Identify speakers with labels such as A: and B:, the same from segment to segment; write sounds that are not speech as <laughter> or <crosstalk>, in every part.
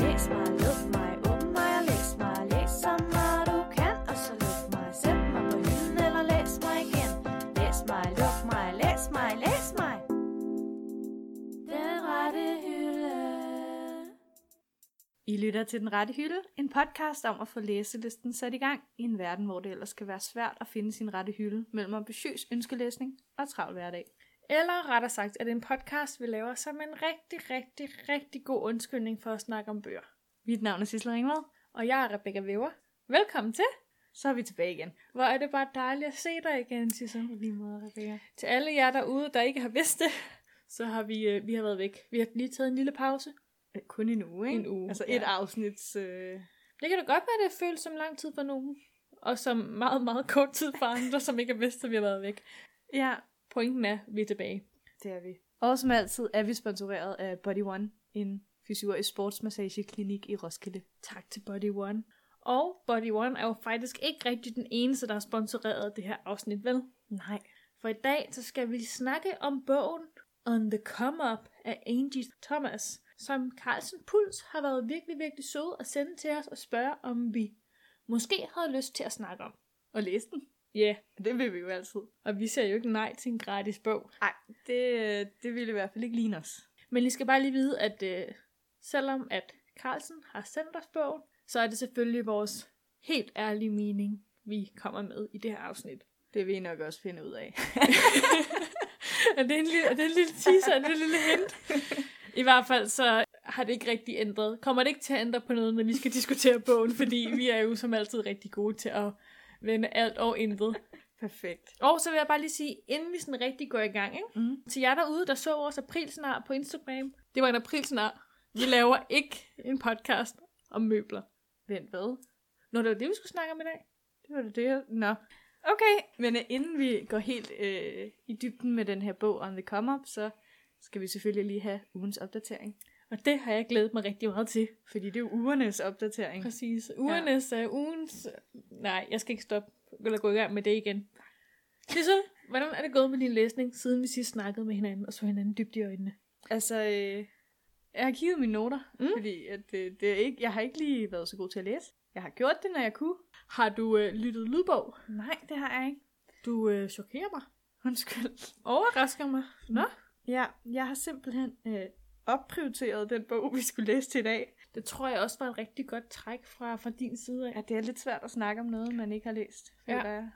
A: læs mig, luk mig, åbn mig og læs mig. Læs så meget du kan, og så luk mig. Sæt mig på hylden eller læs mig igen. Læs mig, luk mig, læs mig, læs mig. Den rette hylde.
B: I lytter til Den Rette Hylde, en podcast om at få læselisten sat i gang i en verden, hvor det ellers kan være svært at finde sin rette hylde mellem ambitiøs ønskelæsning og travl hverdag.
C: Eller rettere sagt, er det en podcast, vi laver som en rigtig, rigtig, rigtig god undskyldning for at snakke om bøger.
B: Mit navn er Sissel Ringvad,
C: Og jeg er Rebecca Weber. Velkommen til!
B: så er vi tilbage igen.
C: Hvor er det bare dejligt at se dig igen, Sissel.
B: Lige måde, Rebecca.
C: Til alle jer derude, der ikke har vidst det, så har vi, øh, vi har været væk. Vi har lige taget en lille pause.
B: Øh, Kun en uge, ikke?
C: En uge,
B: Altså et
C: ja.
B: afsnits... Øh...
C: Det kan da godt være, det føles som lang tid for nogen. Og som meget, meget kort tid for andre, som ikke har vidst, at vi har været væk.
B: Ja,
C: Pointen er, at vi er tilbage.
B: det er vi. Og som altid er vi sponsoreret af Body One, en fysiorisk sportsmassageklinik i Roskilde.
C: Tak til Body One. Og Body One er jo faktisk ikke rigtig den eneste, der har sponsoreret det her afsnit, vel?
B: Nej.
C: For i dag så skal vi snakke om bogen On the Come Up af Angie Thomas, som Carlsen Puls har været virkelig, virkelig sød at sende til os og spørge, om vi måske havde lyst til at snakke om.
B: Og læse den.
C: Ja, yeah,
B: Det vil vi jo altid.
C: og vi ser jo ikke nej til en gratis bog.
B: Nej, det,
C: øh,
B: det ville i hvert fald ikke ligne os.
C: Men I skal bare lige vide, at øh, selvom at Carlsen har sendt os bogen, så er det selvfølgelig vores helt ærlige mening, vi kommer med i det her afsnit.
B: Det vil I nok også finde ud af.
C: <laughs> er, det en lille, er det en lille teaser? Er det en lille hint? I hvert fald så har det ikke rigtig ændret. Kommer det ikke til at ændre på noget, når vi skal diskutere bogen, fordi vi er jo som altid rigtig gode til at vende alt og intet.
B: Perfekt.
C: Og så vil jeg bare lige sige, inden vi sådan rigtig går i gang, ikke?
B: Mm.
C: til jer derude, der så vores aprilsnar på Instagram, det var en aprilsnar. Vi laver ikke en podcast om møbler.
B: Vent, hvad?
C: Nå, det var det, vi skulle snakke om i dag.
B: Det var da det, jeg... Nå. Okay, men øh, inden vi går helt øh, i dybden med den her bog On The Come Up, så skal vi selvfølgelig lige have ugens opdatering.
C: Og det har jeg glædet mig rigtig meget til.
B: Fordi det er jo ugernes opdatering.
C: Præcis. Ugernes Mm. ja. ugens... øh, Nej, jeg skal ikke stoppe eller gå i gang med det igen. Sissel, hvordan er det gået med din læsning, siden vi sidst snakkede med hinanden og så hinanden dybt i øjnene?
B: Altså, øh, jeg har kigget mine noter, mm.
C: Mm.
B: fordi at, øh, det er ikke, jeg har ikke lige været så god til at læse. Jeg har gjort det, når jeg kunne.
C: Har du øh, lyttet lydbog?
B: Nej, det har jeg ikke.
C: Du øh, chokerer mig.
B: Undskyld.
C: Overrasker mig. Nå?
B: Ja, jeg har simpelthen øh, opprioriteret den bog, vi skulle læse til i dag.
C: Det tror jeg også var et rigtig godt træk fra, fra din side af.
B: Ja, det er lidt svært at snakke om noget, man ikke har læst.
C: Ja.
B: føler jeg.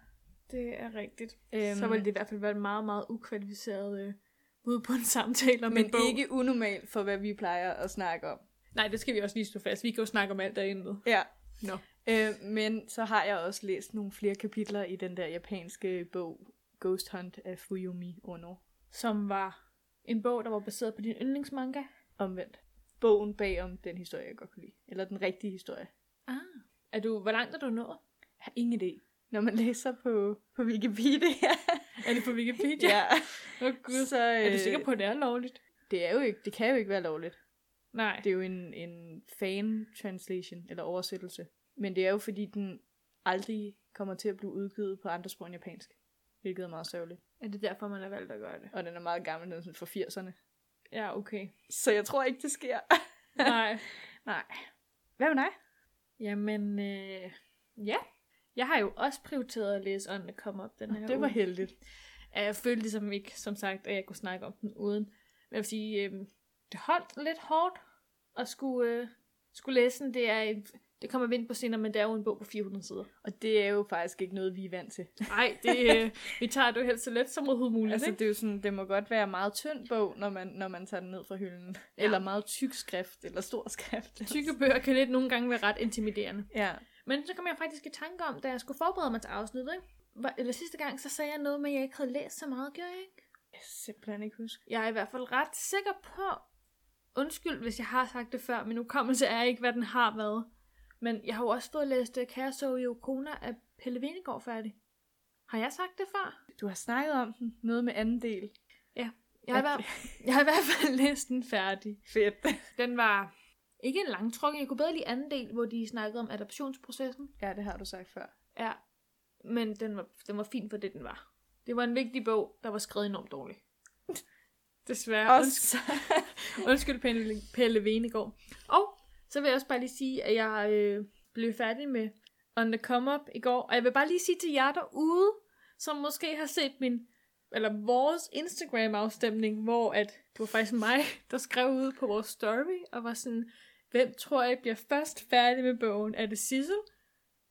C: Det er rigtigt.
B: Øhm,
C: Øhm. Så ville det i hvert fald være et meget, meget ukvalificeret øh, bud på en <laughs> samtale om
B: Men
C: en bog.
B: ikke unormalt for, hvad vi plejer at snakke om.
C: Nej, det skal vi også lige stå fast. Vi kan jo snakke om alt derinde.
B: Ja.
C: Nå.
B: Øh, men så har jeg også læst nogle flere kapitler i den der japanske bog, Ghost Hunt af Fuyumi Ono.
C: Som var en bog, der var baseret på din yndlingsmanga.
B: Omvendt. Bogen bag om den historie, jeg godt kunne lide. Eller den rigtige historie.
C: Ah. Er du, hvor langt er du nået?
B: Jeg har ingen idé. Når man læser på, på Wikipedia.
C: Er det på Wikipedia? <laughs> ja. Oh, Gud.
B: Så, øh,
C: Er du sikker på, at det er lovligt?
B: Det, er jo ikke, det kan jo ikke være lovligt.
C: Nej.
B: Det er jo en, en fan-translation, eller oversættelse. Men det er jo, fordi den aldrig kommer til at blive udgivet på andre sprog end japansk. Hvilket er meget sørgeligt.
C: Er det derfor, man har valgt at gøre det?
B: Og den er meget gammel, den er sådan fra 80'erne.
C: Ja, okay.
B: Så jeg tror ikke, det sker.
C: <laughs> Nej.
B: Nej. <laughs> Hvad med dig?
C: Jamen, øh, ja. Jeg har jo også prioriteret at læse Ånden komme op den her
B: Det var
C: uge.
B: heldigt.
C: Ja, Jeg følte ligesom ikke, som sagt, at jeg kunne snakke om den uden. Men jeg vil sige, øh, det holdt lidt hårdt at skulle, øh, skulle læse den. Det, er, en- det kommer vi ind på senere, men det er jo en bog på 400 sider.
B: Og det er jo faktisk ikke noget, vi er vant til.
C: Nej, det, øh, <laughs> vi tager det jo helst så let som overhovedet muligt.
B: Altså,
C: ikke?
B: det, er jo sådan, det må godt være meget tynd bog, når man, når man tager den ned fra hylden. Ja.
C: Ja.
B: Eller meget tyk skrift, eller stor <laughs> skrift.
C: Tykke bøger kan lidt nogle gange være ret intimiderende.
B: Ja.
C: Men så kom jeg faktisk i tanke om, da jeg skulle forberede mig til afsnittet, ikke? Hvor- eller sidste gang, så sagde jeg noget med, at jeg ikke havde læst så meget, gjorde jeg ikke?
B: Jeg kan simpelthen ikke huske.
C: Jeg er i hvert fald ret sikker på, undskyld hvis jeg har sagt det før, men hukommelse er ikke, hvad den har været. Men jeg har jo også fået læst øh, Kære så i Okona af Pelle Venegård færdig. Har jeg sagt det før?
B: Du har snakket om den. Noget med anden del.
C: Jeg har, i hvert, <laughs> jeg har i hvert fald læst den færdig.
B: Fedt.
C: Den var ikke en langtrukken. Jeg kunne bedre lide anden del, hvor de snakkede om adoptionsprocessen.
B: <laughs> Ja, det har du sagt før.
C: Ja, men den var, den var fin for det, den var. Det var en vigtig bog, der var skrevet enormt dårligt. Desværre.
B: Også.
C: Undskyld, Pelle, Pelle Venegård. Og Så vil jeg også bare lige sige, at jeg øh, blev færdig med On The Come Up i går. Og jeg vil bare lige sige til jer derude, som måske har set min eller vores Instagram-afstemning, hvor at det var faktisk mig, der skrev ud på vores story, og var sådan, hvem tror jeg bliver først færdig med bogen? Er det Sissel,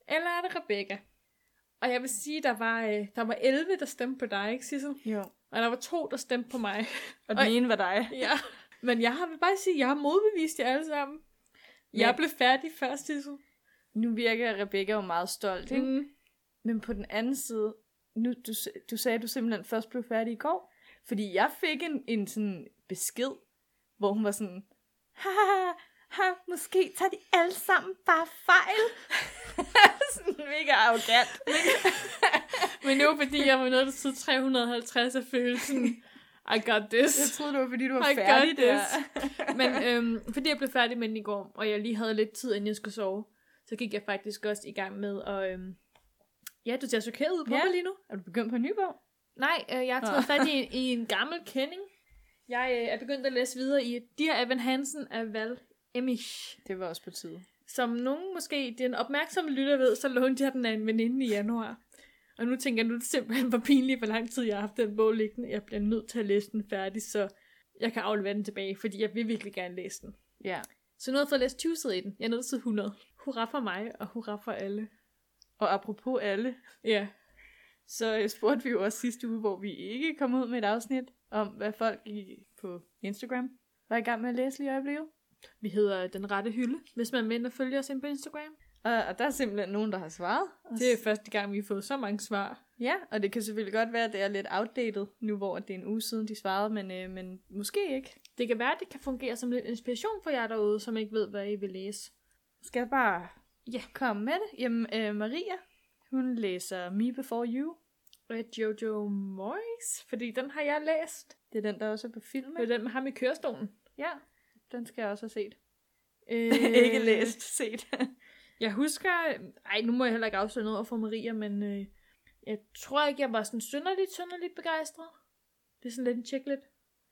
C: eller er det Rebecca? Og jeg vil sige, der var, øh, der var 11, der stemte på dig, ikke Sissel?
B: <laughs> Jo.
C: Og der var to, der stemte på mig.
B: Og
C: Ej.
B: den ene var dig.
C: <laughs> ja. Men jeg har, vil bare sige, at jeg har modbevist jer alle sammen. Jeg
B: Ja.
C: blev færdig først, Sissel.
B: Nu virker Rebecca jo meget stolt, ikke? Mm.
C: Mm.
B: Men på den anden side, nu, du, s- du sagde, at du simpelthen først blev færdig i går. Fordi jeg fik en, en sådan besked, hvor hun var sådan, haha, ha, måske tager de alle sammen bare fejl. <laughs> sådan mega arrogant.
C: Men det var, fordi jeg var nået til side 350 af følelsen. I got
B: Jeg
C: this.
B: troede, det var, fordi du var
C: I got
B: færdig der.
C: <laughs> Men øhm, fordi jeg blev færdig med den i går, og jeg lige havde lidt tid, inden jeg skulle sove, så gik jeg faktisk også i gang med at... Øhm, ja, du ser chokeret ud på
B: Ja.
C: mig lige nu.
B: <laughs> Er du begyndt på en ny bog?
C: Nej, øh, jeg har taget fat i, <laughs> i en gammel kending. Jeg øh, er begyndt at læse videre i Dear Evan Hansen af Val Emish.
B: Det var også på tide.
C: Som nogen måske, den opmærksomme lytter ved, så lånte jeg den af en veninde i januar. Og nu tænker jeg, nu er det simpelthen for pinligt, hvor lang tid jeg har haft den bog liggende. Jeg bliver nødt til at læse den færdig, så jeg kan aflevere den tilbage, fordi jeg vil virkelig gerne læse den.
B: Ja.
C: Så nu har jeg fået læst 20 sider i den. Jeg er nødt til 100. Hurra for mig, og hurra for alle.
B: Og apropos alle,
C: Ja.
B: så øh, spurgte vi jo også sidste uge, hvor vi ikke kom ud med et afsnit, om hvad folk i, på Instagram var i gang med at læse lige i øjeblikket.
C: Vi hedder Den Rette Hylde, hvis man mener at følge os ind på Instagram.
B: Og, og der er simpelthen nogen, der har svaret. Og
C: Det er første gang, vi har fået så mange svar.
B: Ja, og det kan selvfølgelig godt være, at det er lidt outdated nu, hvor det er en uge siden, de svarede, men, øh, men måske ikke.
C: Det kan være, at det kan fungere som lidt inspiration for jer derude, som ikke ved, hvad I vil læse.
B: Skal jeg bare
C: Ja.
B: komme med det? Jamen, øh, Maria, hun læser Me Before You.
C: Af Jojo Moyes, fordi den har jeg læst.
B: Det er den, der også er på
C: Det er
B: filmen.
C: den med ham i kørestolen.
B: Ja, den skal jeg også have set.
C: Øh,
B: <laughs> ikke læst, set.
C: <laughs> Jeg husker... Ej, nu må jeg heller ikke afsløre noget over for Maria, men øh, jeg tror ikke, jeg var sådan synderligt, synderligt begejstret. Det er sådan lidt en checklist.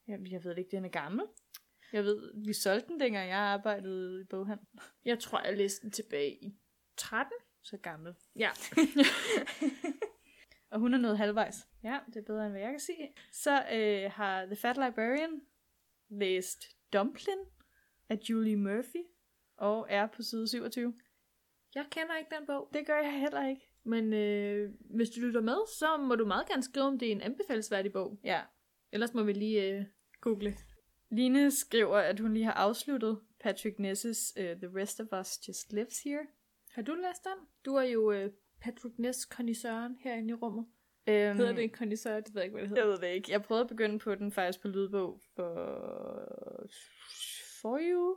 B: Jamen, jeg ved det ikke, den er gammel. Jeg ved, vi solgte den, dengang jeg arbejdede i boghandel.
C: Jeg tror, jeg læste den tilbage i 13.
B: Så gammel. <laughs>
C: Ja.
B: Og hun er nået halvvejs. Ja, det er bedre, end hvad jeg kan sige. Så øh, har The Fat Librarian læst Dumplin af Julie Murphy, og er på side 27.
C: Jeg kender ikke den bog.
B: Det gør jeg heller ikke.
C: Men øh, hvis du lytter med, så må du meget gerne skrive, om det er en anbefalesværdig bog.
B: Ja.
C: Ellers må vi lige øh, google.
B: Line skriver, at hun lige har afsluttet Patrick Nesses uh, The Rest of Us Just Lives Here.
C: Har du læst den? Du er jo øh, Patrick Ness kondisøren herinde i rummet.
B: Um,
C: Hedder det en kondisør? Det ved jeg ikke, hvad det hedder.
B: Jeg ved det ikke. Jeg prøvede at begynde på den faktisk på lydbog for forrige uge.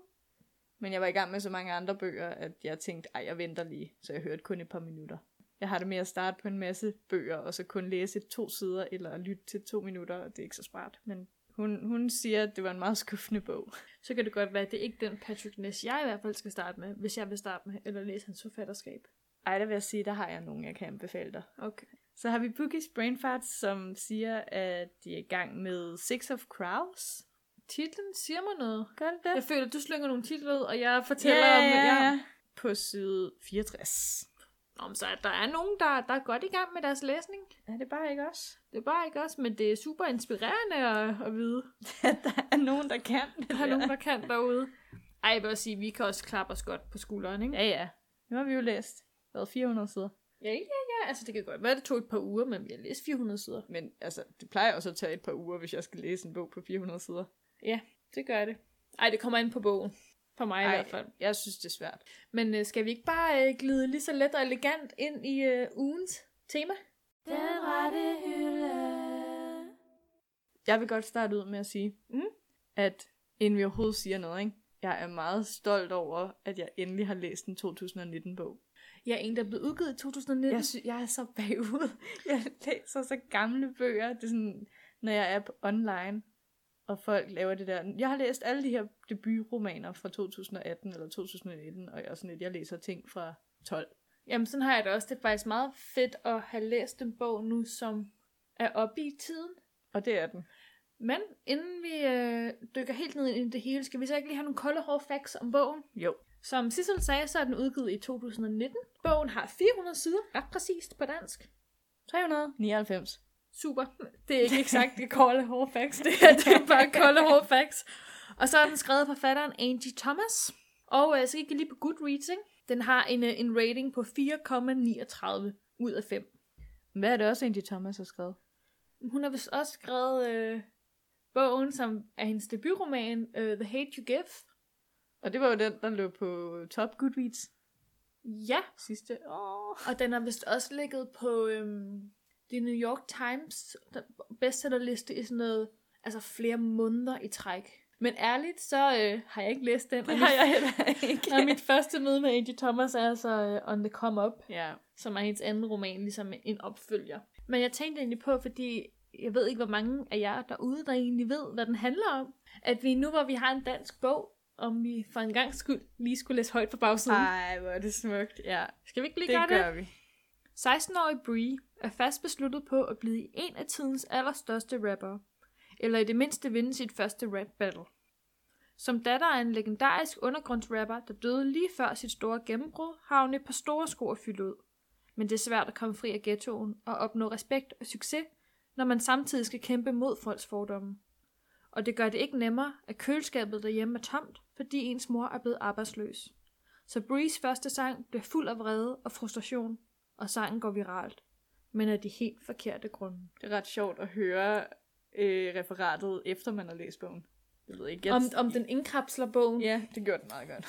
B: Men jeg var i gang med så mange andre bøger, at jeg tænkte, ej, jeg venter lige. Så jeg hørte kun et par minutter. Jeg har det med at starte på en masse bøger, og så kun læse to sider, eller lytte til to minutter, og det er ikke så smart. Men hun, hun siger, at det var en meget skuffende bog.
C: Så kan det godt være, at det er ikke den Patrick Ness, jeg i hvert fald skal starte med, hvis jeg vil starte med, eller læse hans forfatterskab.
B: Ej, der vil jeg sige, der har jeg nogen, jeg kan anbefale dig.
C: Okay.
B: Så har vi Bookies Brainfarts, som siger, at de er i gang med Six of Crows.
C: Titlen siger mig noget.
B: Gør det det?
C: Jeg føler, at du slynger nogle titler ud, og jeg
B: Ja,
C: fortæller om...
B: ja, ja. På side 64.
C: Nå, men så er der er nogen, der, der er godt i gang med deres læsning.
B: Er det bare ikke os? <laughs>
C: Det er bare ikke også, men det er super inspirerende at, at vide.
B: der er nogen, der kan det
C: Der er nogen, der kan derude. Ej, jeg vil også sige, vi kan også klappe os godt på skulderen, ikke?
B: Ja, ja. Nu har vi jo læst, hvad, 400 sider?
C: Ja, ja, ja. Altså, det kan godt være, det tog et par uger, men vi har læst 400 sider.
B: Men altså, det plejer også at tage et par uger, hvis jeg skal læse en bog på 400 sider.
C: Ja, det gør det. Ej, det kommer ind på bogen. For mig Ej. i hvert fald.
B: jeg synes, det er svært.
C: Men øh, skal vi ikke bare øh, glide lige så let og elegant ind i øh, ugens tema?
A: Den rette hylde.
B: Jeg vil godt starte ud med at sige,
C: Mm.
B: at inden vi overhovedet siger noget, ikke? jeg er meget stolt over, at jeg endelig har læst en 2019-bog.
C: Jeg er en, der blev udgivet i 2019.
B: Jeg, sy- jeg er så bagud. <laughs> Jeg læser så gamle bøger. Det er sådan, når jeg er på online, og folk laver det der. Jeg har læst alle de her debutromaner fra 2018 eller 2019, og jeg er sådan lidt, jeg læser ting fra 12.
C: <laughs> Jamen, sådan har jeg det også. Det er faktisk meget fedt at have læst en bog nu, som er oppe i tiden.
B: Og det er den.
C: Men inden vi øh, dykker helt ned ind i det hele, skal vi så ikke lige have nogle kolde hårde facts om bogen?
B: Jo.
C: Som Sissel sagde, så er den udgivet i 2019. Bogen har 400 sider, ret præcist på dansk.
B: 399.
C: Super. Det er ikke eksakt det kolde hårde facts. Det er, det er bare kolde hårde facts. Og så er den skrevet af forfatteren Angie Thomas. Og øh, så gik jeg lige på Goodreads, ikke? Den har en, øh, en rating på 4,39 ud af 5.
B: Hvad er det også, Angie Thomas har skrevet?
C: Hun har vist også skrevet øh, bogen, som er hendes debutroman, øh, The Hate You Give.
B: Og det var jo den, der lå på top Goodreads
C: Ja,
B: sidste år.
C: og den har vist også ligget på øhm, The New York Times der- bestsellerliste i sådan noget, altså flere måneder i træk. Men ærligt, så øh, har jeg ikke læst den. og mit-
B: heller ikke.
C: <laughs> Og mit første møde med Angie Thomas er altså uh, On The Come Up,
B: <laughs> ja.
C: som er hendes anden roman, ligesom en opfølger. Men jeg tænkte egentlig på, fordi jeg ved ikke, hvor mange af jer derude, der egentlig ved, hvad den handler om, at vi nu, hvor vi har en dansk bog, om vi for en gang skyld lige skulle læse højt på bagsiden.
B: Ej, hvor er det smukt. Ja,
C: Skal vi ikke lige
B: det
C: gøre det?
B: gør vi.
C: 16-årige Brie er fast besluttet på at blive en af tidens allerstørste rapper, eller i det mindste vinde sit første rap battle. Som datter af en legendarisk undergrundsrapper, der døde lige før sit store gennembrud, har hun et par store sko at fylde ud. Men det er svært at komme fri af ghettoen og opnå respekt og succes, når man samtidig skal kæmpe mod folks fordomme. Og det gør det ikke nemmere, at køleskabet derhjemme er tomt, fordi ens mor er blevet arbejdsløs. Så Brees første sang bliver fuld af vrede og frustration, og sangen går viralt, men af de helt forkerte grunde.
B: Det er ret sjovt at høre øh, referatet, efter man har læst bogen. Jeg ved ikke. Jeg...
C: Om, om den indkapsler bogen.
B: Ja, det gjorde den meget godt.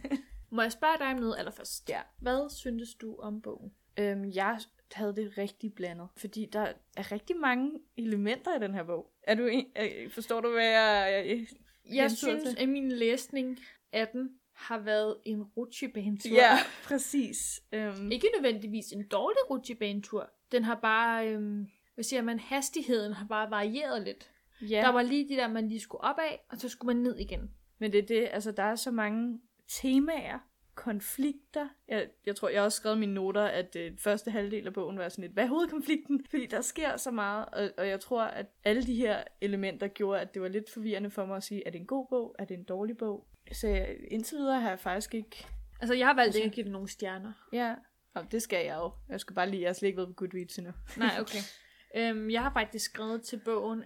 B: <laughs>
C: Må jeg spørge dig om noget allerførst?
B: Ja.
C: Hvad synes du om bogen?
B: Øhm, jeg havde det rigtig blandet, fordi der er rigtig mange elementer i den her bog. Er du en, øh, forstår du, hvad jeg... jeg
C: Jeg
B: Hensyder
C: synes,
B: til.
C: at min læsning af den har været en rutsjebanetur.
B: ja, præcis. Øhm,
C: Ikke nødvendigvis en dårlig rutsjebanetur. Den har bare, øhm, hvad siger man, hastigheden har bare varieret lidt.
B: ja.
C: Ja. Der var lige det der, man lige skulle op af, og så skulle man ned igen.
B: Men det er det, altså der er så mange temaer, konflikter. Jeg, jeg tror, jeg har også skrevet i mine noter, at øh, første halvdel af bogen var sådan lidt, hvad er hovedkonflikten? <laughs> Fordi der sker så meget, og, og jeg tror, at alle de her elementer gjorde, at det var lidt forvirrende for mig at sige, er det en god bog? Er det en dårlig bog? Så jeg, indtil videre har jeg faktisk ikke...
C: Altså, jeg har valgt ikke at give den nogle stjerner.
B: Ja, og det skal jeg jo. Jeg skal bare lige, jeg har slet ikke været på Goodreads endnu.
C: Nej, okay. <laughs> øhm, jeg har faktisk skrevet til bogen,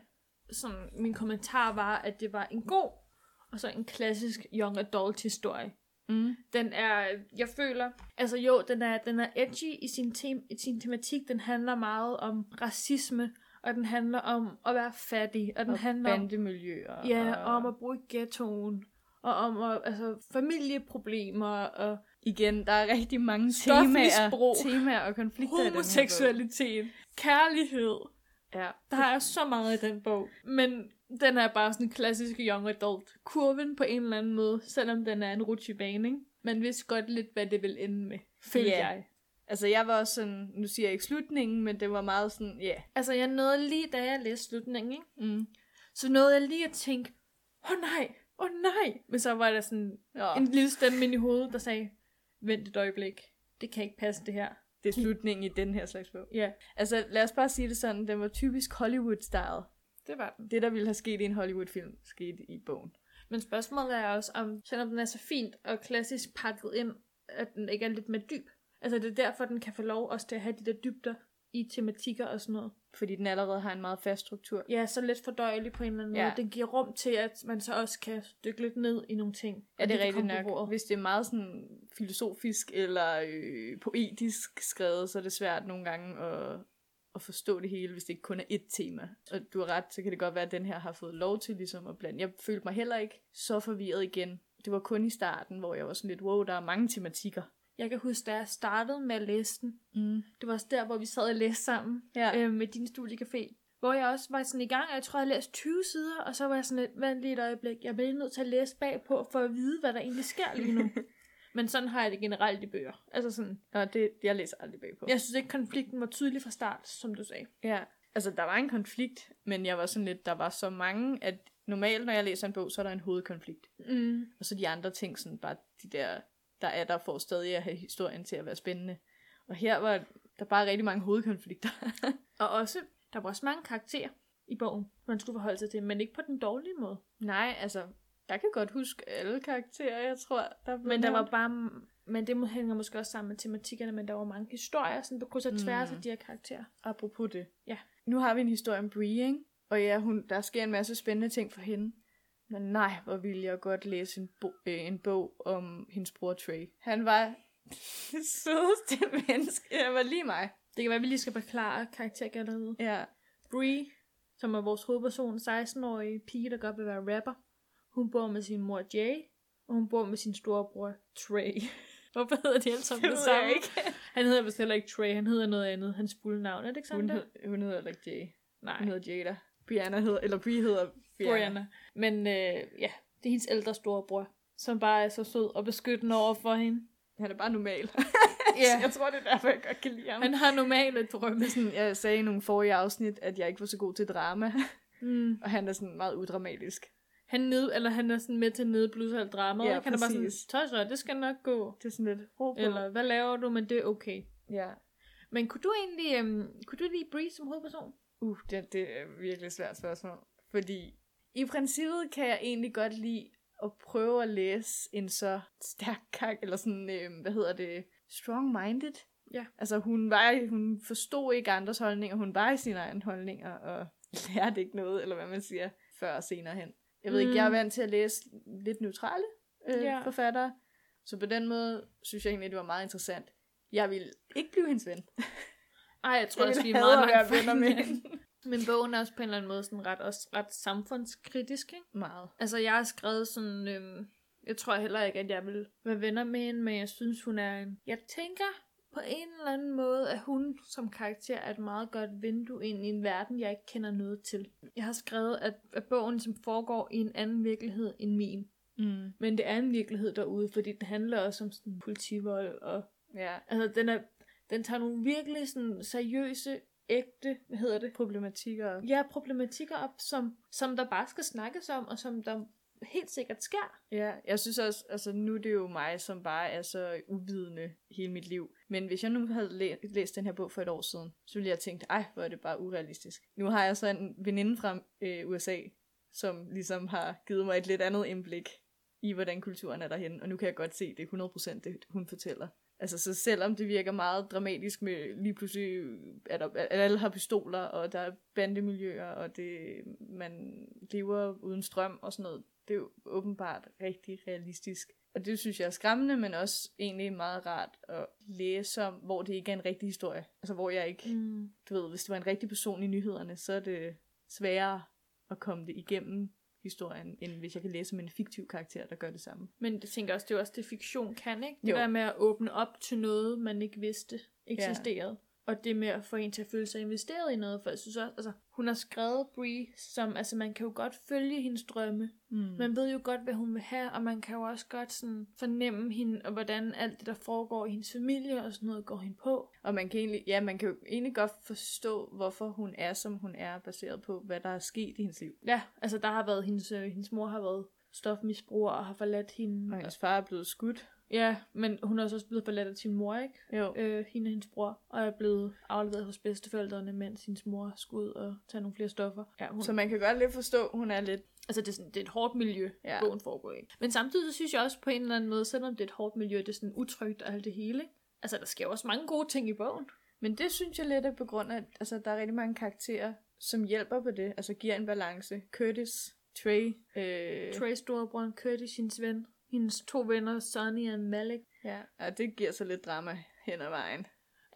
C: som min kommentar var, at det var en god, og så en klassisk young adult historie.
B: Mm.
C: Den er, jeg føler, altså jo, den er, den er edgy i sin, tem, i sin tematik. Den handler meget om racisme, og den handler om at være fattig, og den
B: Og
C: handler om,
B: bandemiljøer.
C: ja, og om at bo i ghettoen, og om at, altså, familieproblemer, og
B: Igen, der er rigtig mange
C: Stofmisbrug.
B: temaer, temaer og konflikter i den her bog.
C: homoseksualitet, kærlighed.
B: Ja,
C: Der er så meget i den bog. Men den er bare sådan en klassisk young adult. Kurven på en eller anden måde, selvom den er en rutsjebane, ikke? Man vidste godt lidt, hvad det ville ende med, følte
B: Ja.
C: yeah. jeg.
B: Altså, jeg var også sådan, nu siger jeg ikke slutningen, men det var meget sådan, ja. Yeah.
C: Altså, jeg nåede lige, da jeg læste slutningen, ikke?
B: Mm.
C: Så nåede jeg lige at tænke, åh oh, nej, åh oh, nej. Men så var der sådan
B: Ja.
C: en lille stemme ind i hovedet, der sagde, vent et øjeblik, det kan ikke passe det her.
B: Det er slutningen i den her slags bog.
C: Ja,
B: Altså, lad os bare sige det sådan, den var typisk Hollywood-style.
C: det var den.
B: Det, der ville have sket i en Hollywood-film, skete i bogen.
C: Men spørgsmålet er også, om selvom den er så fint og klassisk pakket ind, at den ikke er lidt mere dyb. Altså det er derfor, den kan få lov også til at have de der dybder i tematikker og sådan noget.
B: Fordi den allerede har en meget fast struktur.
C: Ja, så lidt fordøjelig på en eller anden ja.
B: Ja.
C: måde. Den giver rum til, at man så også kan dykke lidt ned i nogle ting.
B: Ja,
C: og
B: det er
C: kan
B: rigtigt
C: komme på
B: nok.
C: bordet.
B: Hvis det er meget sådan filosofisk eller øh, poetisk skrevet, så er det svært nogle gange at, at forstå det hele, hvis det ikke kun er ét tema. Og du har ret, så kan det godt være, at den her har fået lov til ligesom at blande. Jeg følte mig heller ikke så forvirret igen. Det var kun i starten, hvor jeg var sådan lidt, wow, der er mange tematikker.
C: Jeg kan huske, da jeg startede med at læse den,
B: Mm.
C: det var også der, hvor vi sad og læste sammen
B: Ja.
C: øh, med din studiecafé. Hvor jeg også var sådan i gang, og jeg tror, jeg læste 20 sider, og så var jeg sådan lidt, vent lige et øjeblik, jeg bliver lige nødt til at læse bagpå, for at vide, hvad der egentlig sker lige
B: <laughs>
C: nu. Men sådan har jeg det generelt i bøger. Altså sådan,
B: Nå, det, jeg læser aldrig bagpå.
C: jeg synes ikke, konflikten var tydelig fra start, som du sagde.
B: ja. Altså, der var en konflikt, men jeg var sådan lidt, der var så mange, at normalt, når jeg læser en bog, så er der en hovedkonflikt.
C: Mm.
B: Og så de andre ting, sådan bare de der, der er der, får stadig at have historien til at være spændende. Og her var der bare rigtig mange hovedkonflikter. <laughs>
C: Og også, der var også mange karakterer i bogen, man skulle forholde sig til, men ikke på den dårlige måde.
B: Nej, altså, Jeg kan godt huske alle karakterer, jeg tror. Der blev
C: Men der var
B: nævnt.
C: bare... Men det må- hænger måske også sammen med tematikkerne, men der var mange historier sådan på kryds og tværs
B: Mm.
C: af de her karakterer.
B: Apropos det.
C: Ja.
B: Nu har vi en historie om Brie, ikke? Og ja, hun, der sker en masse spændende ting for hende. Men nej, hvor ville jeg godt læse en, bo, øh, en bog om hendes bror Trey. Han var <laughs> det sødeste menneske. Han var lige mig.
C: Det kan være, at vi lige skal forklare karaktergalleriet.
B: Ja.
C: Bree, som er vores hovedperson, 16-årig pige, der godt vil være rapper. Hun bor med sin mor Jay, og hun bor med sin storebror Trey. <laughs> Hvorfor hedder de alle sammen det,
B: ved
C: samme?
B: jeg ikke.
C: <laughs> Han hedder vist heller ikke Trey, han hedder noget andet. Hans fulde navn, er det ikke sådan
B: Hun,
C: der?
B: hed, hun hedder heller ikke Jay.
C: Nej,
B: Hun hedder Jada. Brianna hedder, eller Brie hedder Brianna.
C: Brianna. Men øh, ja, det er hendes ældre storebror, som bare er så sød og <laughs> beskyttende over for hende.
B: Han er bare normal.
C: <laughs> Ja.
B: jeg tror, det er derfor, jeg godt kan lide ham.
C: Han har normalt et drømme.
B: Sådan, jeg sagde i nogle forrige afsnit, at jeg ikke var så god til drama. <laughs>
C: Mm.
B: Og han er sådan meget udramatisk.
C: Han, ned, eller han er sådan med til at nedblusse alt dramaet.
B: Ja,
C: Ja, han er bare sådan,
B: præcis.
C: tøjser, det skal nok gå.
B: Det er sådan lidt ro på.
C: Eller, hvad laver du, men det er okay.
B: Ja.
C: Men kunne du egentlig, øhm, kunne du lide Bree som hovedperson?
B: Uh, det, det er virkelig et svært spørgsmål. Fordi i princippet kan jeg egentlig godt lide at prøve at læse en så stærk karakter, eller sådan, øh, hvad hedder det, strong-minded.
C: Ja.
B: Altså hun, var, hun forstod ikke andres holdninger, hun var i sine egne holdninger, og <laughs> lærte ikke noget, eller hvad man siger, før og senere hen. Jeg ved mm.
C: Mm.
B: ikke, jeg er vant til at læse lidt neutrale øh,
C: Ja.
B: yeah. forfattere, så på den måde synes jeg egentlig, det var meget interessant. Jeg ville ikke blive hendes ven.
C: Ej, jeg tror
B: Jeg
C: også, vi er
B: ville hade
C: meget
B: at
C: langt
B: være
C: fra
B: venner med
C: hinanden.
B: <laughs>
C: Men bogen er også på en eller anden måde sådan ret, også ret samfundskritisk, ikke?
B: Meget.
C: Altså, jeg har skrevet sådan, øhm, jeg tror heller ikke, at jeg vil være venner med hende, men jeg synes, hun er en... Jeg tænker på en eller anden måde, at hun som karakter er et meget godt vindue ind i en verden, jeg ikke kender noget til. Jeg har skrevet, at, at bogen som foregår i en anden virkelighed end min.
B: Mm.
C: Men det er en virkelighed derude, fordi den handler også om sådan politivold og
B: Ja.
C: Altså, den, er, den tager nogle virkelig sådan seriøse, ægte, hvad hedder det?
B: Problematikker.
C: Ja, problematikker op, som, som der bare skal snakkes om, og som der helt sikkert sker.
B: Ja, jeg synes også, altså nu er det jo mig, som bare er så uvidende hele mit liv. Men hvis jeg nu havde læ- læst den her bog for et år siden, så ville jeg tænke, ej, hvor er det bare urealistisk. Nu har jeg så en veninde fra øh, USA, som ligesom har givet mig et lidt andet indblik i, hvordan kulturen er derhen, og nu kan jeg godt se, det er 100% det, hun fortæller. Altså, så selvom det virker meget dramatisk med lige pludselig, at, der, at alle har pistoler, og der er bandemiljøer, og det, man lever uden strøm og sådan noget, det er jo åbenbart rigtig realistisk. Og det synes jeg er skræmmende, men også egentlig meget rart at læse om, hvor det ikke er en rigtig historie. Altså, hvor jeg ikke
C: Mm.
B: du ved, hvis det var en rigtig person i nyhederne, så er det sværere at komme det igennem historien, end hvis jeg kan læse om en fiktiv karakter, der gør det samme.
C: <laughs> Men jeg tænker også, det er jo også det, fiktion kan, ikke? Det
B: Jo.
C: der med at åbne op til noget, man ikke vidste eksisterede. Og det med at få en til at føle sig investeret i noget, for jeg synes også, altså, hun har skrevet Bree, som, altså, man kan jo godt følge hendes drømme,
B: Mm. Men,
C: Man ved jo godt, hvad hun vil have, og man kan jo også godt sådan fornemme hende, og hvordan alt det, der foregår i hendes familie og sådan noget, går hende på.
B: og man kan, egentlig, ja, man kan jo egentlig godt forstå, hvorfor hun er, som hun er, baseret på, hvad der er sket i hendes liv.
C: Ja, altså der har været hendes, øh, hendes mor har været stofmisbruger og har forladt hende.
B: Og hendes far er blevet skudt.
C: Ja, men hun er også blevet forladt af sin mor, ikke?
B: Jo.
C: Øh, hende og hendes bror, og er blevet afleveret hos bedsteforældrene, mens hendes mor skulle ud og tage nogle flere stoffer. Ja, hun...
B: Så man kan godt lidt forstå, hun er lidt...
C: Altså, det er, sådan, det er et hårdt miljø,
B: Ja.
C: ja. bogen foregår i. Men samtidig så synes jeg også på en eller anden måde, selvom det er et hårdt miljø, det er sådan utrygt og alt det hele. Ikke? Altså, der sker jo også mange gode ting i bogen.
B: Men det synes jeg lidt er på grund af, at altså, der er rigtig mange karakterer, som hjælper på det. Altså giver en balance. Curtis, Trey, øh,
C: Trey storebroren Curtis, hendes ven, hendes to venner, Sonny og Malik.
B: Ja, og det giver så lidt drama hen ad vejen.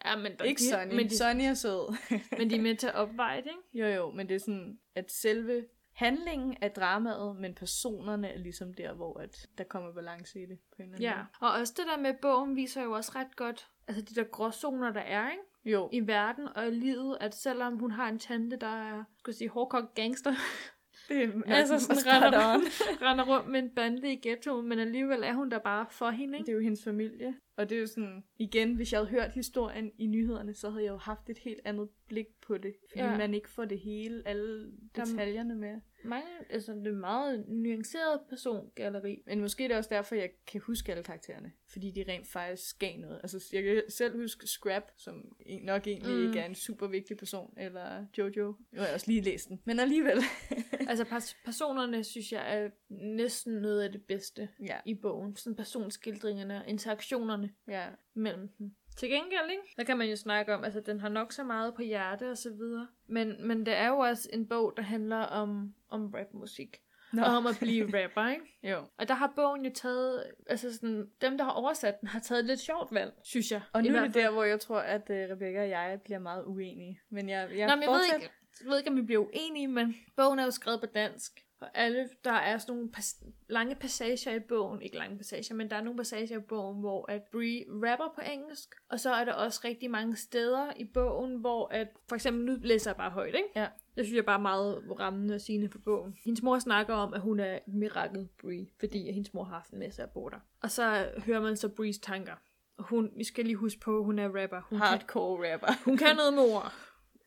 C: Ja, men der,
B: Ikke
C: de,
B: Sonny.
C: Men
B: Men
C: <laughs> de,
B: Sonny er sød. <laughs>
C: men de er med til at opveje det, ikke?
B: jo, jo, men det er sådan, at selve handlingen er dramaet, men personerne er ligesom der, hvor at der kommer balance i det. På en eller anden
C: Ja. Og også det der med bogen viser jo også ret godt, altså de der gråzoner, der er, ikke?
B: måde. Jo,
C: I verden og i livet, at selvom hun har en tante, der er, skulle jeg sige, hårdkogt gangster, <laughs>
B: det er
C: altså sådan
B: ret
C: render,
B: on.
C: render rundt med en bande i ghettoen, men alligevel er hun der bare for hende,
B: <laughs> Det
C: ikke?
B: er jo hendes familie. Og det er jo sådan, igen, hvis jeg havde hørt historien i nyhederne, så havde jeg jo haft et helt andet blik på det. Fordi
C: Ja.
B: ja. man ikke får det hele, alle detaljerne med.
C: mange, altså det er meget nuanceret persongalleri.
B: Men måske er det også derfor, jeg kan huske alle karaktererne. Fordi de rent faktisk gav noget. Altså, jeg kan selv huske Scrap, som en- nok egentlig
C: Mm.
B: mm. ikke er en super vigtig person. Eller Jojo. Nu har jeg også lige læst den. Men alligevel. <laughs>
C: altså pers- personerne, synes jeg, er næsten noget af det bedste
B: ja.
C: i bogen. Sådan personskildringerne og interaktionerne.
B: ja.
C: mellem dem. Til gengæld, ikke? der kan man jo snakke om, altså den har nok så meget på hjerte og så videre. Men, men det er jo også en bog, der handler om, om rapmusik.
B: Nå.
C: Og om at blive rapper, ikke?
B: Jo.
C: Og der har bogen jo taget, altså sådan, dem der har oversat den, har taget lidt sjovt valg, synes jeg.
B: Og
C: I
B: nu er
C: hvert
B: det
C: fald.
B: der, hvor jeg tror, at uh, Rebecca og jeg bliver meget uenige. Men jeg, jeg,
C: Nå, men jeg ved
B: fortsat-
C: ikke, jeg ved ikke, om vi bliver uenige, men bogen er jo skrevet på dansk. Og alle, der er sådan nogle pas- lange passager i bogen, ikke lange passager, men der er nogle passager i bogen, hvor at Brie rapper på engelsk, og så er der også rigtig mange steder i bogen, hvor at, for eksempel, nu læser jeg bare højt, ikke?
B: Ja.
C: Det synes jeg bare er meget rammende og sigende for bogen. Hendes mor snakker om, at hun er et mirakel Brie, fordi at hendes mor har haft en masse aborter. Og så hører man så Bries tanker. Og hun, vi skal lige huske på, at hun er rapper. Hun kan
B: hardcore rapper.
C: hun kan noget med ord.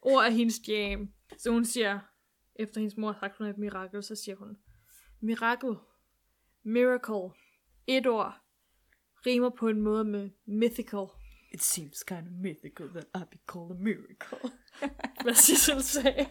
C: Ord er hendes jam. Så hun siger, efter hendes mor har sagt, hun er et mirakel, så siger hun, mirakel, miracle, et ord, rimer på en måde med mythical.
B: It seems kind of mythical that I be called a miracle.
C: <laughs> hvad Sissel sagde.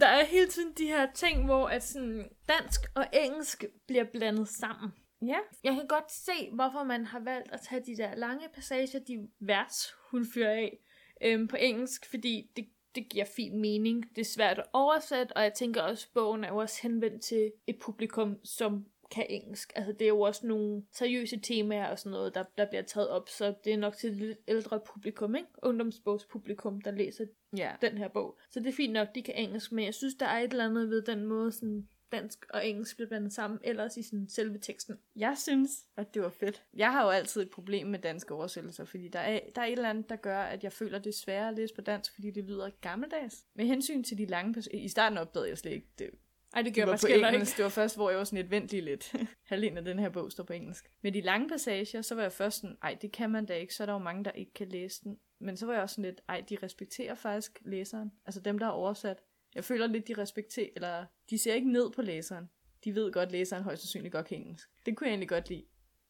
C: Der er hele tiden de her ting, hvor at sådan dansk og engelsk bliver blandet sammen.
B: Ja.
C: Jeg kan godt se, hvorfor man har valgt at tage de der lange passager, de vers, hun fyrer af øhm, på engelsk, fordi det, det giver fin mening. Det er svært at oversætte, og jeg tænker også, at bogen er jo også henvendt til et publikum, som kan engelsk. Altså, det er jo også nogle seriøse temaer og sådan noget, der, der bliver taget op, så det er nok til et lidt ældre publikum, ikke? Ungdomsbogspublikum, der læser
B: Ja.
C: den her bog. Så det er fint nok, de kan engelsk, men jeg synes, der er et eller andet ved den måde, sådan dansk og engelsk bliver blandet sammen, ellers i sådan selve teksten.
B: Jeg synes, at det var fedt. Jeg har jo altid et problem med danske oversættelser, fordi der er, der er et eller andet, der gør, at jeg føler, det er sværere at læse på dansk, fordi det lyder gammeldags. Med hensyn til de lange... Pas- I starten opdagede jeg slet ikke, det,
C: Ej, det
B: det
C: gør
B: var
C: man
B: på
C: skælder
B: engelsk.
C: ikke.
B: Ikke. Det var først, hvor jeg var sådan lidt ventelig lidt. <laughs> Halvdelen af den her bog står på engelsk. Med de lange passager, så var jeg først sådan, ej, det kan man da ikke, så er der jo mange, der ikke kan læse den. Men så var jeg også sådan lidt, ej, de respekterer faktisk læseren. Altså dem, der har oversat. Jeg føler lidt, de respekterer, eller de ser ikke ned på læseren. De ved godt, at læseren højst sandsynligt godt kan engelsk. Det kunne jeg egentlig godt lide,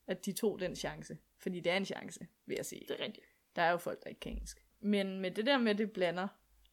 B: at de tog den chance. Fordi det er en chance, vil jeg sige.
C: Det er rigtigt.
B: Der er jo folk, der ikke kan engelsk. Men med det der med, at det blander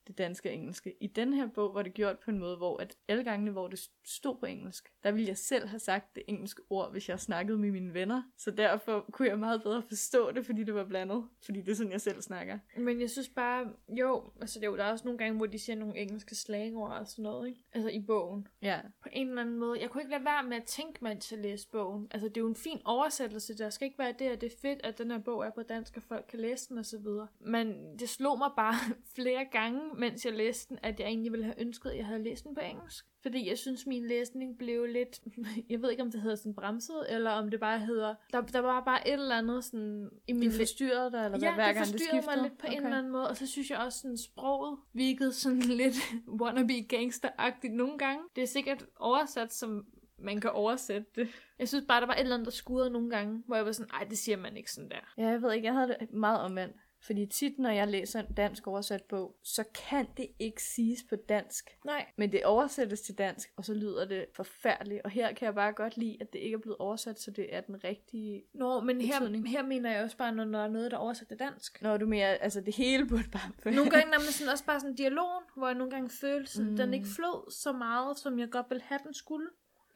B: det danske og engelske. I den her bog var det gjort på en måde, hvor at alle gangene, hvor det stod på engelsk, der ville jeg selv have sagt det engelske ord, hvis jeg snakkede med mine venner. Så derfor kunne jeg meget bedre forstå det, fordi det var blandet. Fordi det er sådan, jeg selv snakker.
C: Men jeg synes bare, jo, altså jo, der er også nogle gange, hvor de siger nogle engelske slangord og sådan noget, ikke? Altså i bogen.
B: Ja.
C: På en eller anden måde. Jeg kunne ikke lade være med at tænke, mens jeg læste bogen. Altså det er jo en fin oversættelse. Der skal ikke være det, at det er fedt, at den her bog er på dansk, og folk kan læse den og så videre. Men det slog mig bare <laughs> flere gange, mens jeg læste den, at jeg egentlig ville have ønsket, at jeg havde læst den på engelsk. Fordi jeg synes, min læsning blev lidt... <laughs> Jeg ved ikke, om det hedder sådan bremset, eller om det bare hedder... Der, der var bare et eller andet sådan... I min
B: Det forstyrrede dig, eller hvad,
C: ja,
B: hver
C: det
B: gang det
C: forstyrrede
B: skiftede?
C: mig lidt på okay. en eller anden måde, og så synes jeg også, sådan sproget virkede sådan <laughs> lidt wannabe gangsteragtigt nogle gange. Det er sikkert oversat, som man kan oversætte det. Jeg synes bare, der var et eller andet, der skurrede nogle gange, hvor jeg var sådan, nej, det siger man ikke sådan der.
B: Ja, jeg ved ikke, jeg havde det meget omvendt. Fordi tit, når jeg læser en dansk oversat bog, så kan det ikke siges på dansk.
C: Nej.
B: Men det oversættes til dansk, og så lyder det forfærdeligt. Og her kan jeg bare godt lide, at det ikke er blevet oversat, så det er den rigtige...
C: Nå, men her,
B: Betydning.
C: her mener jeg også bare, når der er noget, der er oversat til dansk.
B: Når du mere, altså det hele burde <laughs> bare...
C: Nogle gange er man sådan også bare sådan dialogen, hvor jeg nogle gange følte, sådan, mm. den
B: Mm.
C: ikke flød så meget, som jeg godt ville have, den skulle.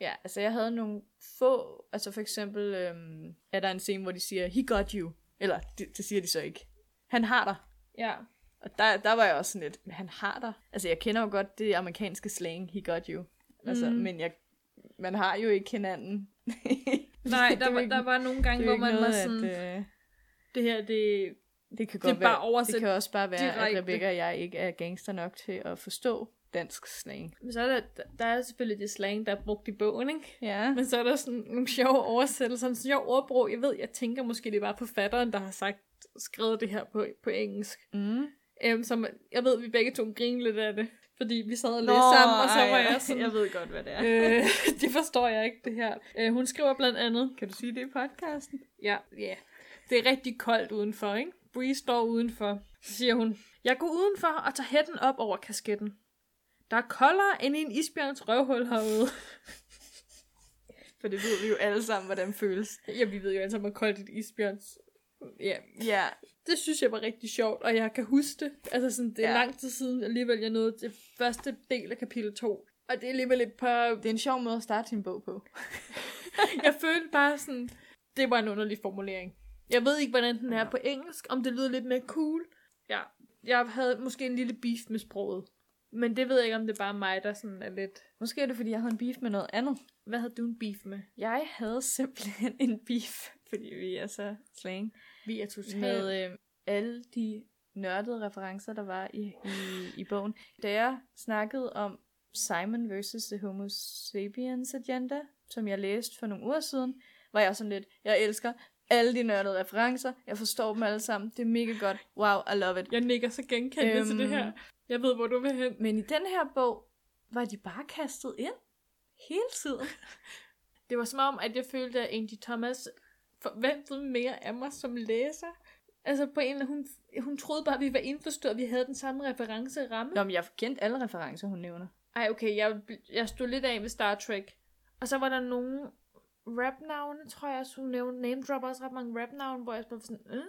B: ja, altså jeg havde nogle få... Altså for eksempel øhm, er der en scene, hvor de siger, he got you. Eller det, det siger de så ikke. Han har dig.
C: Ja.
B: Og der, der var jeg også sådan lidt, "Men han har dig. Altså jeg kender jo godt det amerikanske slang, he got you. Altså,
C: Mm.
B: mm. men jeg, man har jo ikke hinanden. <laughs>
C: Nej,
B: Det er
C: der,
B: jo
C: var,
B: ikke-
C: der var nogle
B: det
C: gange,
B: er jo
C: hvor
B: ikke
C: man var
B: noget,
C: sådan, at,
B: at, øh,
C: det her, det,
B: Det kan
C: Det er bare
B: godt være,
C: oversæt
B: det kan også bare være,
C: direkte.
B: at Rebecca og jeg ikke er gangster nok til at forstå dansk slang.
C: Men så er der, der er selvfølgelig det slang, der er brugt i bogen, ikke?
B: Ja.
C: Men så er der sådan nogle sjove oversættelser, en sjov ordbrug. Jeg ved, jeg tænker måske, det er bare forfatteren, der har sagt, skrevet det her på, på engelsk.
B: Mm.
C: Øhm, som, jeg ved, vi begge to griner lidt af det, fordi vi sad og læste sammen, og så var jeg sådan,
B: <laughs> Jeg ved godt, hvad det er.
C: <laughs> øh, det forstår jeg ikke, det her. Øh, hun skriver blandt andet,
B: Kan du sige det i podcasten?
C: Ja, ja. Det er rigtig koldt udenfor, ikke? Bree står udenfor. Så siger hun, jeg går udenfor og tager hætten op over kasketten. Der er koldere end i en isbjørns røvhul herude.
B: For det ved vi jo alle sammen, hvordan føles.
C: ja, vi ved jo altså, hvor koldt et isbjørns... Ja,
B: Ja,
C: det synes jeg var rigtig sjovt, og jeg kan huske det. Altså sådan, det er ja.
B: Ja.
C: lang tid siden alligevel, jeg nåede til første del af kapitel 2. Og det er alligevel et par
B: det er en sjov måde at starte sin bog på.
C: jeg følte bare sådan, det var en underlig formulering. Jeg ved ikke, hvordan den er på engelsk, om det lyder lidt mere cool. Ja, jeg havde måske en lille beef med sproget. Men det ved jeg ikke, om det er bare mig, der sådan er lidt...
B: Måske er det, fordi jeg havde en beef med noget andet.
C: Hvad havde du en beef med?
B: Jeg havde simpelthen en beef, fordi vi er så slang,
C: Vi er totalt... Med,
B: med øh, alle de nørdede referencer, der var i, i, i bogen. Da jeg snakkede om Simon versus The Homo Sapiens Agenda, som jeg læste for nogle uger siden, var jeg sådan lidt, jeg elsker alle de nørdede referencer, jeg forstår dem alle sammen, det er mega godt, wow, I love it.
C: jeg nikker så genkendende øhm, til det
B: Øhm.
C: her. Jeg ved, hvor du vil hen.
B: Men i den her bog, var de bare kastet ind hele tiden.
C: Det var som om, at jeg følte, at Angie Thomas forventede mere af mig som læser. Altså på en eller anden... Hun, hun troede bare, at vi var indforstået, at vi havde den samme referenceramme.
B: Nå, men jeg kendte alle referencer, hun nævner.
C: Ej, okay, jeg, jeg stod lidt af med Star Trek. Og så var der nogle rap-navne, tror jeg, så nævne name dropper også ret mange rap-navne, hvor jeg blev sådan, øh?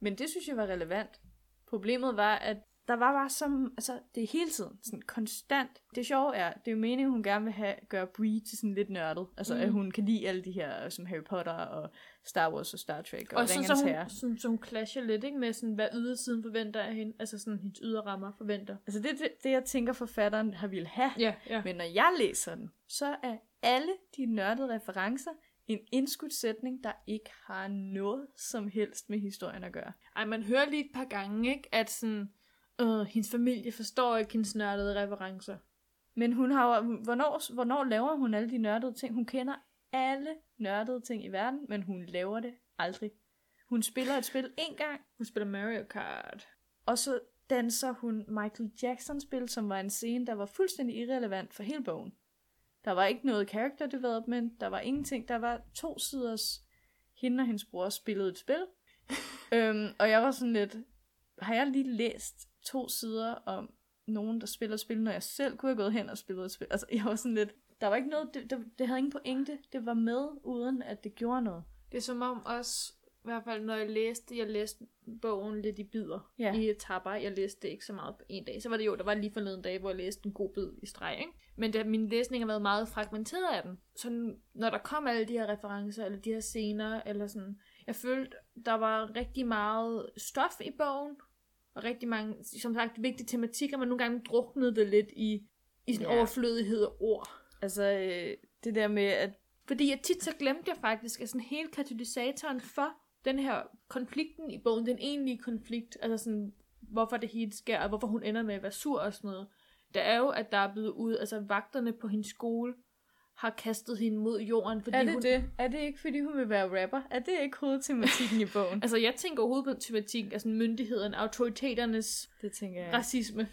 B: Men det synes jeg var relevant. Problemet var, at der var bare som, altså det er hele tiden, sådan konstant. Det sjove er, det er jo meningen, hun gerne vil have, gøre Bree til sådan lidt nørdet. Altså mm.
C: Mm.
B: at hun kan lide alle de her, som Harry Potter og Star Wars og Star Trek og,
C: Og
B: og
C: sådan, så
B: Ringens
C: hun,
B: Herre.
C: sådan, så hun clasher lidt, ikke, med sådan, hvad ydersiden forventer af hende, altså sådan, hendes ydre rammer forventer.
B: Altså det er det, det, jeg tænker, forfatteren har ville have.
C: Ja, ja.
B: Men når jeg læser den, så er alle de nørdede referencer en indskudt sætning, der ikke har noget som helst med historien at gøre.
C: Ej, man hører lige et par gange, ikke, at sådan, øh, hendes familie forstår ikke hendes nørdede referencer.
B: Men hun har jo, hvornår, hvornår laver hun alle de nørdede ting? Hun kender alle nørdede ting i verden, men hun laver det aldrig. Hun spiller et spil en gang,
C: Hun spiller Mario Kart.
B: og så danser hun Michael Jacksons spil, som var en scene, der var fuldstændig irrelevant for hele bogen. Der var ikke noget character development, der var ingenting. Der var to siders, hende og hendes bror spillede et
C: <laughs>
B: spil. øhm, og jeg var sådan lidt, har jeg lige læst to sider om nogen, der spiller et spil, når jeg selv kunne have gået hen og spillet et spil? Altså, jeg var sådan lidt, der var ikke noget, det, det, det havde ingen pointe. Det var med, uden at det gjorde noget.
C: Det er som om også, i hvert fald når jeg læste, jeg læste bogen lidt i bidder,
B: Ja.
C: i etapper. Jeg læste det ikke så meget på en dag. Så var det jo, der var lige forleden dag, hvor jeg læste en god bid i streg, ikke? Men det, min læsning har været meget fragmenteret af den. Så når der kom alle de her referencer, eller de her scener, eller sådan, jeg følte, der var rigtig meget stof i bogen, og rigtig mange, som sagt, vigtige tematikker, men nogle gange druknede det lidt i, i sådan
B: Ja.
C: yeah. overflødighed og ord.
B: Altså, øh, det der med, at
C: Fordi jeg tit så glemte jeg faktisk, at sådan hele katalysatoren for den her konflikten i bogen, den egentlige konflikt, altså sådan, hvorfor det hele sker, og hvorfor hun ender med at være sur og sådan noget, det er jo, at der er blevet ud, altså vagterne på hendes skole har kastet hende mod jorden, fordi
B: er det
C: hun...
B: det? Er det ikke, fordi hun vil være rapper? Er det ikke hovedtematikken i bogen?
C: <laughs> Altså, jeg tænker overhovedet på tematikken, altså myndighederne, autoriteternes
B: det tænker jeg.
C: ja. racisme.
B: Men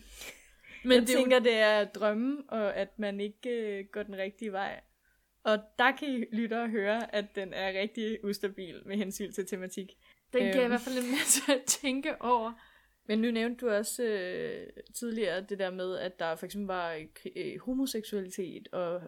C: <laughs> Men
B: jeg
C: det er jo
B: tænker, det er drømme, og at man ikke øh, går den rigtige vej. Og der kan I lytte og høre, at den er rigtig ustabil med hensyn til tematik.
C: den giver
B: Øhm.
C: i hvert fald en masse at tænke over.
B: Men nu nævnte du også øh, tidligere det der med, at der for eksempel var øh, kri- øh, homoseksualitet, og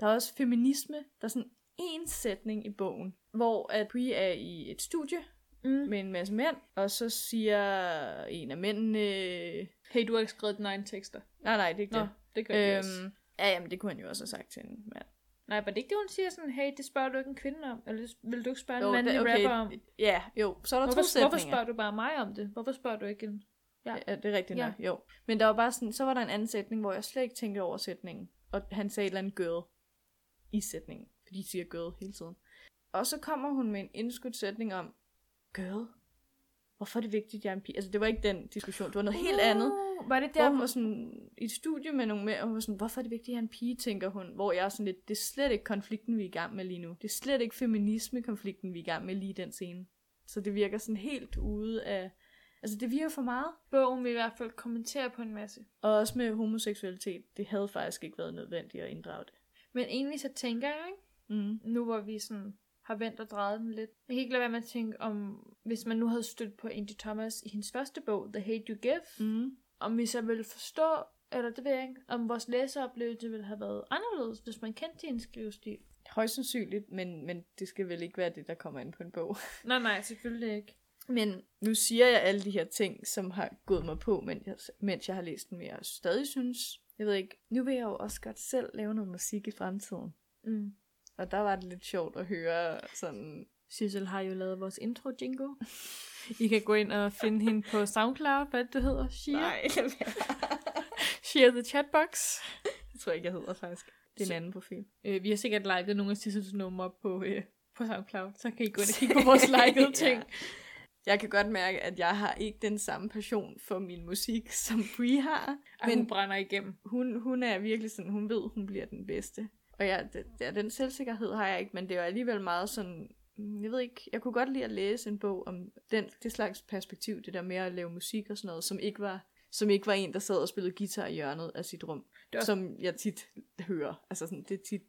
B: der er også feminisme. Der er sådan en sætning i bogen, hvor at vi er i et studie
C: Mm.
B: med en masse mænd, og så siger en af mændene... Øh,
C: Hey, du har ikke skrevet dine egne tekster.
B: nej, nej, det er ikke
C: Nå,
B: det.
C: det gør jeg også.
B: Øhm, ja, jamen, det kunne han jo også have sagt til en mand.
C: Nej, var det ikke det, hun siger sådan, hey, det spørger du ikke en kvinde om, eller vil du ikke spørge en
B: Jo,
C: mandlig
B: da-
C: okay.
B: okay.
C: rapper om?
B: Ja, jo. Så er der to
C: Hvorfor,
B: sætninger.
C: hvorfor spørger du bare mig om det? Hvorfor spørger du ikke en...
B: Ja, det er rigtigt
C: Ja.
B: nok, jo. Men der var bare sådan, så var der en anden sætning, hvor jeg slet ikke tænkte over sætningen. Og han sagde et eller andet girl i sætningen. Fordi de siger girl hele tiden. Og så kommer hun med en indskudt sætning om, girl, hvorfor er det vigtigt, jeg er en pige? Altså, det var ikke den diskussion, det var noget helt andet.
C: Uh, Var det
B: Der
C: der,
B: hun var sådan i et studie med nogle mere, og hun var sådan, hvorfor er det vigtigt, at jeg er en pige, tænker hun. Hvor jeg er sådan lidt, det er slet ikke konflikten, vi er i gang med lige nu. Det er slet ikke feminisme-konflikten, vi er i gang med lige i den scene. Så det virker sådan helt ude af... Altså, det virker for meget.
C: bogen vil i hvert fald kommentere på en masse.
B: Og også med homoseksualitet, det havde faktisk ikke været nødvendigt at inddrage det.
C: Men egentlig så tænker jeg, ikke?
B: Mm.
C: nu hvor vi sådan har vendt og drejet den lidt. Jeg kan ikke lade være med at tænke om, hvis man nu havde stødt på Angie Thomas i hendes første bog, The Hate You Give,
B: Mm.
C: om vi så ville forstå, eller det ved jeg ikke, om vores læseoplevelse ville have været anderledes, hvis man kendte din skrivestil.
B: Højst sandsynligt, men, men det skal vel ikke være det, der kommer ind på en bog.
C: Nej, nej, selvfølgelig ikke.
B: <laughs> Men nu siger jeg alle de her ting, som har gået mig på, mens jeg, mens jeg har læst den, men jeg stadig synes, jeg ved ikke, nu vil jeg jo også godt selv lave noget musik i fremtiden.
C: Mm.
B: Og der var det lidt sjovt at høre sådan,
C: Sissel har jo lavet vores intro jingle. <laughs> I kan gå ind og finde hende på SoundCloud, hvad det hedder, Shia.
B: <laughs> nej,
C: Shia the Chatbox.
B: det tror jeg ikke, jeg hedder faktisk. Det er en anden <laughs> profil.
C: Øh, vi har sikkert liket nogle af Sissels numre på, øh, på SoundCloud, så kan I gå ind og kigge på <laughs> vores
B: <laughs>
C: likede ting.
B: Ja. Jeg kan godt mærke, at jeg har ikke den samme passion for min musik, som Brie har.
C: Ej,
B: Men
C: hun brænder igennem.
B: hun, hun er virkelig sådan, hun ved, hun bliver den bedste. Og jeg, det, ja, den selvsikkerhed har jeg ikke, men det er jo alligevel meget sådan, mm, jeg ved ikke, jeg kunne godt lide at læse en bog om den, det slags perspektiv, det der med at lave musik og sådan noget, som ikke var, som ikke var en, der sad og spillede guitar i hjørnet af sit rum,
C: Det var-
B: som jeg tit hører. Altså sådan, det er tit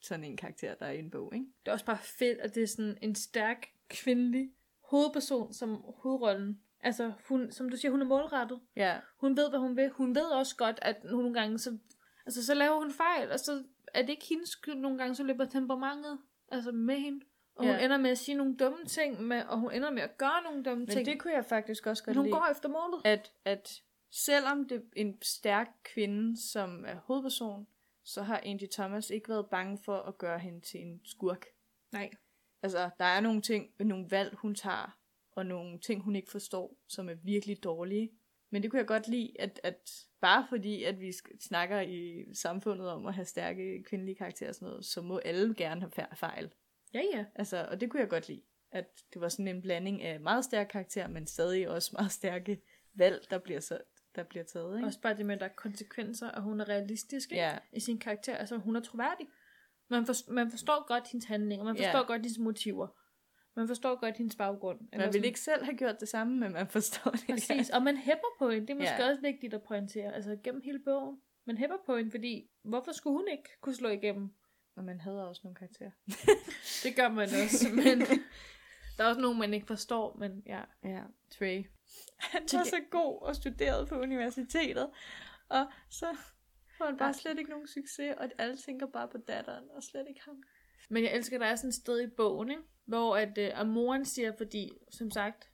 B: sådan en karakter, der er i en bog, ikke?
C: Det er også bare fedt, at det er sådan en stærk kvindelig hovedperson som hovedrollen. Altså, hun, som du siger, hun er målrettet.
B: Ja,
C: Hun ved, hvad hun vil. Hun ved også godt, at nogle gange, så, altså, så laver hun fejl, og så er det ikke hendes skyld. Nogle gange, så løber temperamentet altså med hende. Og ja. hun
B: Ja.
C: ender med at sige nogle dumme ting, med, og hun ender med at gøre nogle dumme
B: men
C: ting.
B: det kunne jeg faktisk også
C: men
B: godt
C: hun
B: lide.
C: går efter målet.
B: at, at selvom det er en stærk kvinde, som er hovedperson, så har Angie Thomas ikke været bange for at gøre hende til en skurk.
C: Nej.
B: Altså, der er nogle ting, nogle valg, hun tager, og nogle ting, hun ikke forstår, som er virkelig dårlige. Men det kunne jeg godt lide, at, at bare fordi, at vi sk- snakker i samfundet om at have stærke kvindelige karakterer og sådan noget, så må alle gerne have fa- fejl.
C: Ja, ja.
B: Altså, og det kunne jeg godt lide. At det var sådan en blanding af meget stærk karakter, men stadig også meget stærke valg, der bliver, så, der bliver taget. Ikke?
C: Også bare det med, at der er konsekvenser, og hun er realistisk ikke?
B: Ja.
C: i sin karakter. Altså, hun er troværdig. Man, for, man forstår godt hendes handlinger, man
B: Ja.
C: forstår godt hendes motiver. Man forstår godt hendes baggrund. Eller
B: Man
C: sådan.
B: ville ikke selv have gjort det samme, men man forstår det.
C: Præcis, og man hæpper på hende. Det er måske
B: Ja.
C: også vigtigt at pointere, altså gennem hele bogen. Man hæpper på hende, fordi hvorfor skulle hun ikke kunne slå igennem?
B: Og man havde også nogle karakterer.
C: Det gør man også, <laughs>
B: <laughs>
C: men der er også nogen, man ikke forstår, men ja.
B: Ja, Trey. Han var så god og studerede på universitetet, og så får han bare slet ikke nogen succes, og alle tænker bare på datteren, og slet ikke ham.
C: Men jeg elsker, at der er sådan et sted i bogen, ikke? hvor at, øh, og moren siger, fordi som sagt,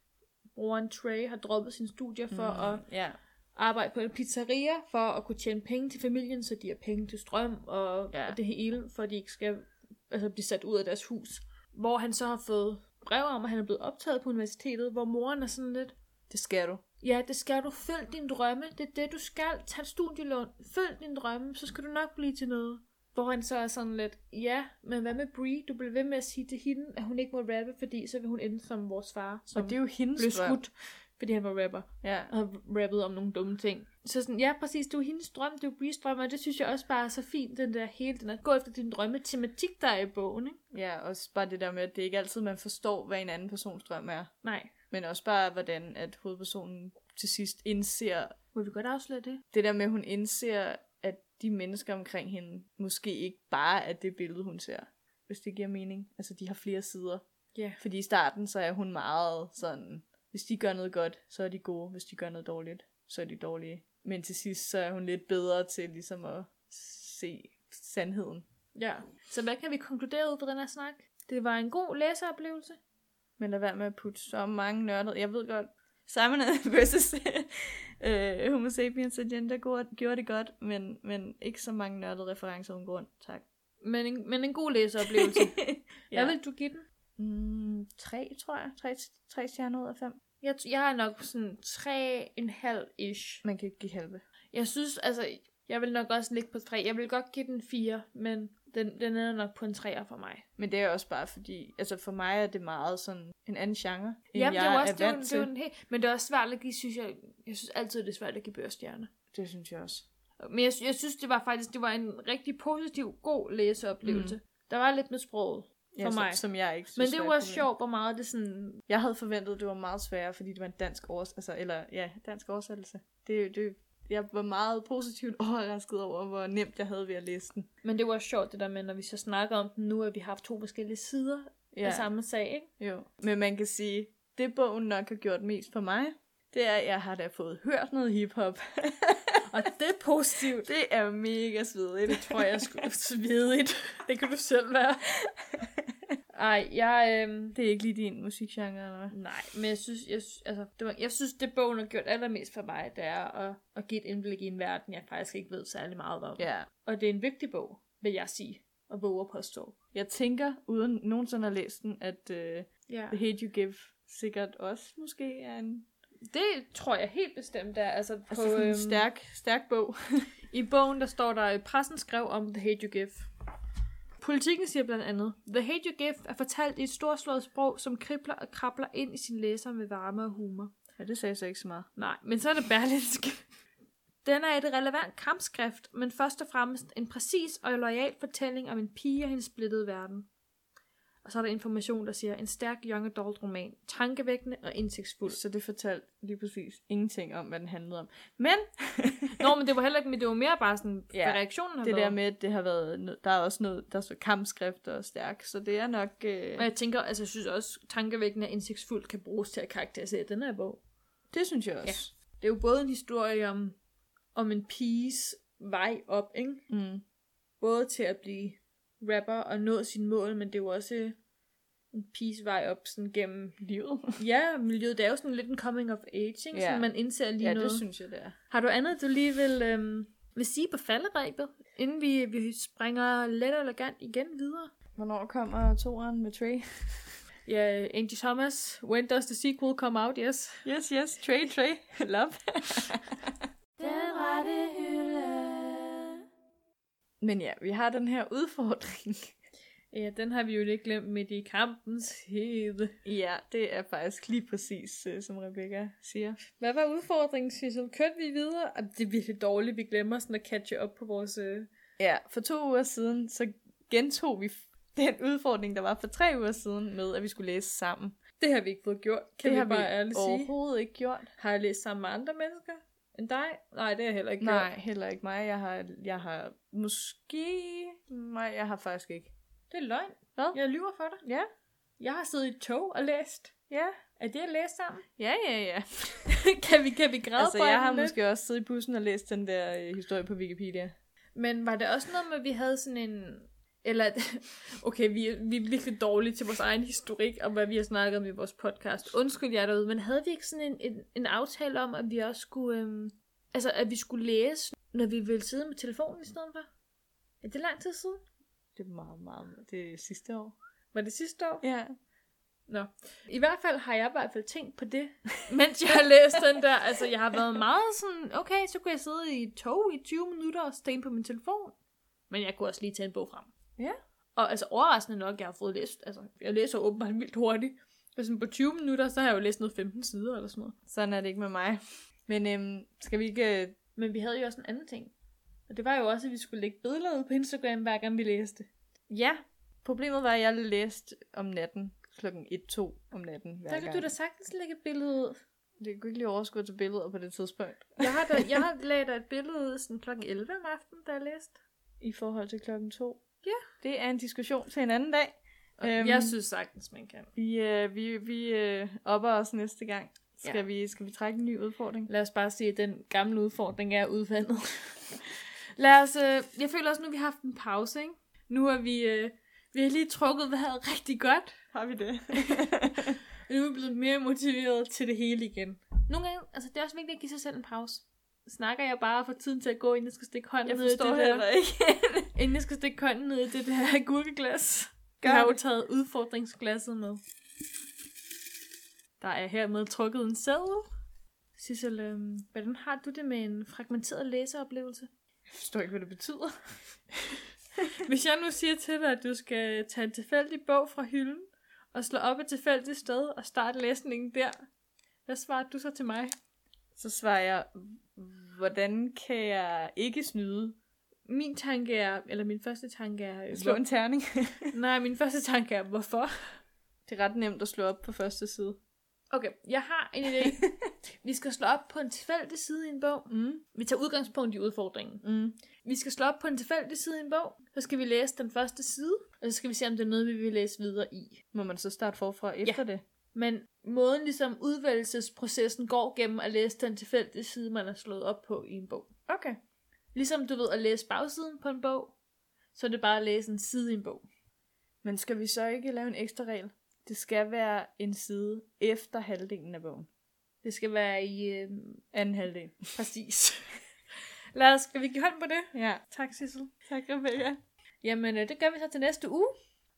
C: broren Trey har droppet sine studier for mm. at
B: ja.
C: arbejde på en pizzeria, for at kunne tjene penge til familien, så de har penge til strøm og, ja.
B: Ja.
C: og det hele, for at de ikke skal altså, blive sat ud af deres hus. Hvor han så har fået brev om, at han er blevet optaget på universitetet, hvor moren er sådan lidt,
B: Det skal du.
C: ja, det skal du, følg din drømme, det er det, du skal, tag et studielån, følg din drømme, så skal du nok blive til noget. Hvor han så er sådan lidt, ja, men hvad med Brie? Du bliver ved med at sige til hende, at hun ikke må rappe, fordi så vil hun ende som vores far, som
B: Og det er jo
C: blev
B: hendes drøm.
C: skudt, fordi han var rapper
B: Ja.
C: og har rappet om nogle dumme ting. Så sådan, ja, præcis, det er jo hendes drøm, det er jo Brees drøm, og det synes jeg også bare er så fint, den der hele, den at gå efter din drømme tematik, der er i bogen, ikke?
B: ja, også bare det der med, at det ikke altid man forstår, hvad en anden persons drøm er.
C: Nej.
B: Men også bare, hvordan at hovedpersonen til sidst indser,
C: Må vi godt afsløre det?
B: det der med, at hun indser, at de mennesker omkring hende måske ikke bare er det billede, hun ser. Hvis det giver mening. Altså, de har flere sider.
C: Ja.
B: Fordi i starten, så er hun meget sådan, hvis de gør noget godt, så er de gode. Hvis de gør noget dårligt, så er de dårlige. Men til sidst, så er hun lidt bedre til ligesom at se sandheden.
C: Ja. Så hvad kan vi konkludere ud fra den her snak? Det var en god læseoplevelse.
B: Men lad være med at putte så mange nørdede. Jeg ved godt, Simon <laughs> versus øh, Homo sapiens og gender gjorde- gjorde det godt, men, men ikke så mange nørdede referencer uden grund. Tak.
C: Men en, men en god <laughs> læseoplevelse. ja. Hvad vil du give den?
B: Mm, tre, tror jeg. Tre, tre stjerner ud af fem.
C: Jeg, t- jeg er nok sådan 3,5-ish.
B: Man kan ikke give halve.
C: Jeg synes, altså, jeg vil nok også ligge på 3. Jeg vil godt give den 4, men den, den er nok på en 3'er for mig.
B: Men det er også bare fordi, altså for mig er det meget sådan en anden genre, end
C: Jamen,
B: jeg
C: det er jo også, det er, jo,
B: vant
C: det
B: til.
C: er jo en helt, men det er også svært at give, synes jeg, jeg synes altid, det er svært at give bøgerstjerner.
B: Det synes jeg også.
C: Men jeg, jeg synes, det var faktisk, det var en rigtig positiv, god læseoplevelse. Mm. Der var lidt med sproget for ja,
B: som-
C: mig. Så,
B: Som jeg ikke
C: men
B: synes
C: det
B: var et
C: var
B: problem.
C: sjovt, hvor meget det sådan...
B: Jeg havde forventet, at det var meget sværere, fordi det var en dansk års, altså, eller ja, dansk oversættelse. Det, det, jeg var meget positivt <laughs> overrasket over, hvor nemt jeg havde ved at læse den.
C: Men det var sjovt, det der med, når vi så snakker om den nu, at vi har haft to forskellige sider ja. af samme sag, ikke?
B: jo. Men man kan sige, det bogen nok har gjort mest for mig, det er, at jeg har da fået hørt noget hiphop. <laughs>
C: Og det er positivt.
B: Det er mega svedigt.
C: Det tror jeg
B: <laughs>
C: sgu svedigt. Det kan du selv være. Ej, jeg... Øhm,
B: Det er ikke lige din musikgenre, eller hvad?
C: nej, men jeg synes, jeg, sy- altså, det var, jeg synes, det bogen har gjort allermest for mig, det er at, at give et indblik i en verden, jeg faktisk ikke ved særlig meget om.
B: Ja.
C: Og det er en vigtig bog, vil jeg sige, og våge at påstå.
B: Jeg tænker, uden nogensinde at læse den, at uh,
C: Ja.
B: The Hate You Give sikkert også måske er en,
C: Det tror jeg helt bestemt er. Altså, på,
B: altså sådan en
C: øhm,
B: stærk, stærk bog.
C: I bogen, der står der, at pressen skrev om The Hate You Give. Politikken siger blandt andet, The Hate You Give er fortalt i et storslået sprog, som kribler og krabler ind i sin læser med varme og humor.
B: Ja, det sagde så ikke så meget.
C: Nej, men så er det Berlinsk. <laughs> Den er et relevant kampskrift, men først og fremmest en præcis og lojal fortælling om en pige og hendes splittede verden. Og så er der information, der siger, en stærk young adult roman, tankevækkende og indsigtsfuld.
B: Så det fortalte lige præcis ingenting om, hvad den handlede om. <laughs> Men
C: Nå, men det var heller ikke, men det var mere bare sådan,
B: Ja,
C: ja, hvad reaktionen har
B: det
C: været.
B: der med, at det har været, nød- der er også noget, der står kampskrift og stærk, så det er nok... Øh,
C: Og jeg tænker, altså jeg synes også, tankevækkende og indsigtsfuldt kan bruges til at karakterisere den her bog.
B: det synes jeg også.
C: Det er jo både en historie om, om en piges vej op, ikke?
B: Ja. Mm.
C: Både til at blive rapper og nå sine mål, men det er jo også en piges vej op sådan gennem,
B: Livet.
C: ja, miljøet. Det er jo sådan lidt en coming of age, ikke?
B: Ja.
C: Ja. Så man indser lige
B: ja,
C: noget.
B: det synes jeg, det er.
C: Har du andet, du lige vil, øhm, vil sige på falderæbet, inden vi, vi springer let og elegant igen videre?
B: Hvornår kommer toeren med Trey?
C: Ja, Angie Thomas, When Does the Sequel Come Out? Yes.
B: <laughs> Yes, yes, Trey, Trey, <laughs> love.
A: Den rette hylde.
B: Men ja, vi har den her udfordring.
C: Ja, den har vi jo ikke glemt midt i kampens hede.
B: <laughs> Ja, det er faktisk lige præcis, øh, som Rebecca siger.
C: Hvad var udfordringen, Sissel? Kørte vi videre? Ej, Det er virkelig dårligt, vi glemmer sådan at catche op på vores... Øh...
B: Ja, for to uger siden, så gentog vi f- den udfordring, der var for tre uger siden, med at vi skulle læse sammen.
C: Det har vi ikke fået gjort, kan det vi
B: har
C: bare ærligt sige.
B: overhovedet ikke gjort.
C: Har jeg læst sammen med andre mennesker end dig? Nej, det har jeg heller ikke
B: Nej,
C: gjort.
B: heller ikke mig. Jeg har, jeg har måske... Nej, jeg har faktisk ikke.
C: Det er løgn.
B: Hvad?
C: Jeg lyver for dig.
B: Ja,
C: Jeg har siddet i et tog og læst.
B: ja,
C: Er det at læse sammen?
B: ja, ja, ja.
C: <laughs> kan vi, kan vi græde
B: Altså,
C: på
B: jeg
C: hinanden
B: har
C: lidt?
B: måske også siddet i bussen og læst den der øh, historie på Wikipedia.
C: Men var det også noget med, at vi havde sådan en... Eller, <laughs> at- okay, vi, er- vi er virkelig dårlige til vores egen historik, og hvad vi har snakket om i vores podcast. Undskyld jer derude, men havde vi ikke sådan en, en, en aftale om, at vi også skulle... Øhm, altså, at vi skulle læse, når vi ville sidde med telefonen i stedet for? Er det lang tid siden?
B: Det er meget, meget... Det er sidste år.
C: Var det sidste år?
B: Ja.
C: Nå. I hvert fald har jeg i hvert fald tænkt på
B: <laughs>
C: det, mens jeg har læst den der. Altså, jeg har været meget sådan, okay, så kunne jeg sidde i et tog i 20 minutter og stene på min telefon. Men jeg kunne også lige tage en bog frem.
B: Ja.
C: Og altså, overraskende nok, jeg har fået læst, altså, jeg læser åbenbart vildt hurtigt. Men sådan på 20 minutter, så har jeg jo læst noget 15 sider eller sådan noget.
B: Sådan er det ikke med mig. Men øhm, skal vi ikke... øh,
C: Men vi havde jo også en anden ting. Og det var jo også, at vi skulle lægge billeder ud på Instagram, hver gang vi læste.
B: Ja, problemet var, at jeg læste om natten klokken 1-2 om natten hver
C: Der kan
B: gang.
C: du da sagtens lægge et billede ud.
B: Det kunne ikke lige overskue til billeder på det tidspunkt.
C: Jeg har, da, jeg har lagt et billede ud sådan kl. 11 om aftenen, da jeg læste.
B: I forhold til klokken 2.
C: Ja.
B: Det er en diskussion til en anden dag. Øhm,
C: Øhm, jeg synes sagtens, man kan.
B: Vi, øh, vi, vi øh, opper os næste gang. Skal,
C: Ja.
B: vi, skal vi trække en ny udfordring?
C: Lad os bare sige, at den gamle udfordring er udvandet. <laughs> Lad os, øh, jeg føler også, nu vi har haft en pause, ikke? Nu har vi, øh, vi har lige trukket vejret <laughs> rigtig godt.
B: Har vi <laughs> det?
C: Og nu er vi blevet mere motiveret til det hele igen. Nogle gange, altså det er også vigtigt at give sig selv en pause. Snakker jeg bare for tiden til at gå, inden jeg skal stikke hånden
B: jeg
C: ned i
B: forstår
C: det der,
B: heller ikke.
C: inden jeg skal stikke hånden ned i det der <laughs> gurkeglas.
B: Gør
C: Jeg har jo
B: det.
C: taget udfordringsglasset med. Der er hermed trukket en sædel. Sissel, øhm, hvordan har du det med en fragmenteret læseoplevelse?
B: Jeg forstår ikke, hvad det betyder.
C: Hvis jeg nu siger til dig, at du skal tage en tilfældig bog fra hylden, og slå op et tilfældigt sted og starte læsningen der, hvad svarer du så til mig?
B: Så svarer jeg, hvordan kan jeg ikke snyde?
C: Min tanke er, eller min første tanke er... øh,
B: Slå en terning. <laughs>
C: hvor- Nej, min første tanke er, hvorfor?
B: det er ret nemt at slå op på første side.
C: Okay, jeg har en
B: <laughs>
C: idé. Vi skal slå op på en tilfældig side i en bog.
B: Mm.
C: Vi tager udgangspunkt i udfordringen.
B: Mm.
C: Vi skal slå op på en tilfældig side i en bog, så skal vi læse den første side, og så skal vi se, om det er noget, vi vil læse videre i.
B: Må man så starte forfra efter det?
C: Men måden ligesom udvælgelsesprocessen går gennem at læse den tilfældige side, man har slået op på i en bog.
B: Okay.
C: Ligesom du ved at læse bagsiden på en bog, så er det bare at læse en side i en bog.
B: Men skal vi så ikke lave en ekstra regel? Det skal være en side efter halvdelen af bogen.
C: Det skal være i... Øh,
B: Anden halvdel. <laughs>
C: præcis. Lad os, skal vi give hånd på det?
B: Ja.
C: Tak, Sissel. Tak, Rebecca. Jamen, øh, det gør vi så til næste uge.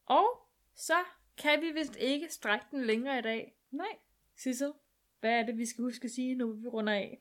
C: Og så kan vi vist ikke strække den længere i dag.
B: Nej.
C: Sissel, hvad er det, vi skal huske at sige, når vi runder af?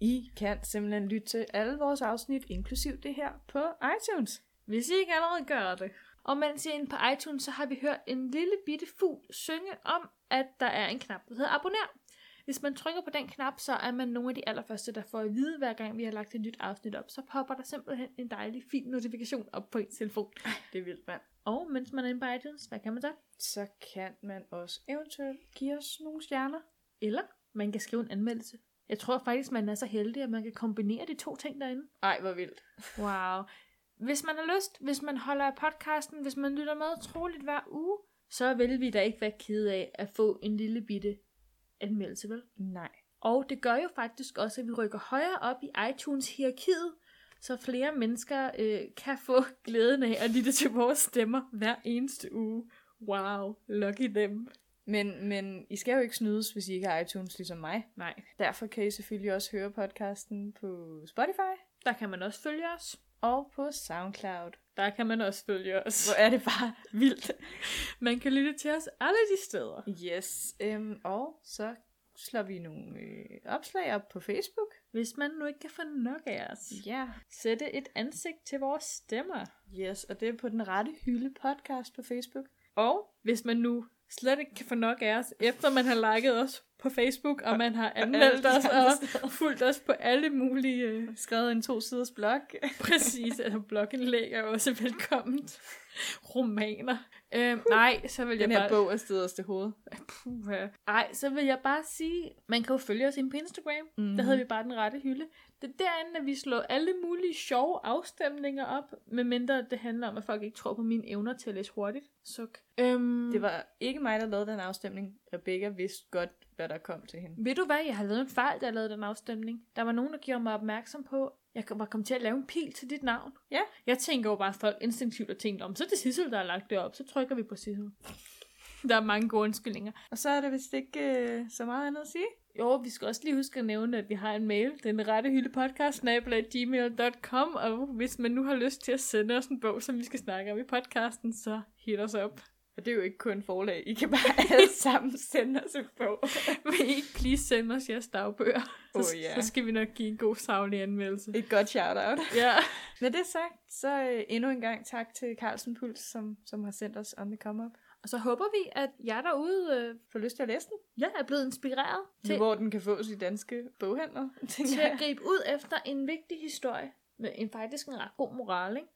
B: I kan simpelthen lytte til alle vores afsnit, inklusiv det her, på iTunes.
C: Hvis I ikke allerede gør det. Og mens I er inde på iTunes, så har vi hørt en lille bitte fugl synge om, at der er en knap, der hedder abonner. Hvis man trykker på den knap, så er man nogle af de allerførste, der får at vide, hver gang vi har lagt et nyt afsnit op. Så popper der simpelthen en dejlig, fin notifikation op på ens telefon.
B: Det er vildt, mand.
C: Og mens man er inde på iTunes, hvad kan man så?
B: Så kan man også eventuelt give os nogle stjerner.
C: Eller man kan skrive en anmeldelse. Jeg tror faktisk, man er så heldig, at man kan kombinere de to ting derinde.
B: Ej, hvor vildt.
C: Wow. Hvis man har lyst, hvis man holder af podcasten, hvis man lytter med troligt hver uge, så vil vi da ikke være kede af at få en lille bitte anmeldelse, vel?
B: Nej.
C: Og det gør jo faktisk også, at vi rykker højere op i iTunes-hierarkiet, så flere mennesker øh, kan få <laughs> glæden af at lytte til vores stemmer hver eneste uge. Wow, lucky them.
B: Men, men I skal jo ikke snydes, hvis I ikke har iTunes ligesom mig.
C: Nej,
B: Derfor kan I selvfølgelig også høre podcasten på Spotify
C: der kan man også følge os.
B: og på SoundCloud.
C: Der kan man også følge os.
B: Hvor er det bare
C: vildt. Man kan lytte til os alle de steder.
B: Yes, øhm, og så slår vi nogle øh, opslag op på Facebook.
C: Hvis man nu ikke kan få nok af os.
B: Ja.
C: Sætte et ansigt til vores stemmer.
B: Yes, og det er på den rette hylde podcast på Facebook.
C: Og hvis man nu slet ikke kan få nok af os, efter man har liket os på Facebook, og man har anmeldt
B: alle
C: os
B: de andre
C: og fulgt os på alle mulige... øh,
B: Skrevet en to-siders blog.
C: Præcis, altså blogindlæg er jo også velkomment. Romaner. Øhm, nej, så vil jeg
B: Den her
C: bare...
B: bog er stedet til hovedet.
C: Puha. Ej, så vil jeg bare sige, man kan jo følge os inde på Instagram. Mm-hmm. Der hedder vi bare den rette hylde. Det er derinde, at vi slår alle mulige sjove afstemninger op, medmindre det handler om, at folk ikke tror på mine evner til at læse hurtigt. Suk. Øhm,
B: Det var ikke mig, der lavede den afstemning. Rebecca vidste godt, hvad der kom til hende.
C: Ved du hvad, jeg har lavet en fejl, da jeg lavede den afstemning. Der var nogen, der gjorde mig opmærksom på, jeg var kommet til at lave en pil til dit navn.
B: Ja.
C: Jeg tænker jo bare, at folk instinktivt har tænkt om, så er det Sissel, der har lagt det op, så trykker vi på Sissel. Der er mange gode undskyldninger.
B: Og så er der vist ikke øh, så meget andet at sige.
C: Jo, vi skal også lige huske at nævne, at vi har en mail, den rette hylde podcast, gmail.com, og hvis man nu har lyst til at sende os en bog, som vi skal snakke om i podcasten, så hit os op. <laughs>
B: Og det er jo ikke kun forlag. <laughs> I kan bare alle sammen sende os en bog.
C: Vil I ikke please sende os jeres dagbøger? så,
B: Oh, ja.
C: så skal vi nok give en god savlig anmeldelse.
B: Et godt shout-out.
C: Ja.
B: Med det sagt, så øh, endnu en gang tak til Carlsen Puls, som, som har sendt os On The Come Up.
C: Og så håber vi, at jer derude øh,
B: Får lyst til at læse den?
C: ja, er blevet inspireret
B: Til... Nu,
C: til,
B: hvor den kan fås i danske boghandler, tænker
C: <laughs> til at
B: jeg.
C: gribe ud efter en vigtig historie med en faktisk en ret god moral. Ikke?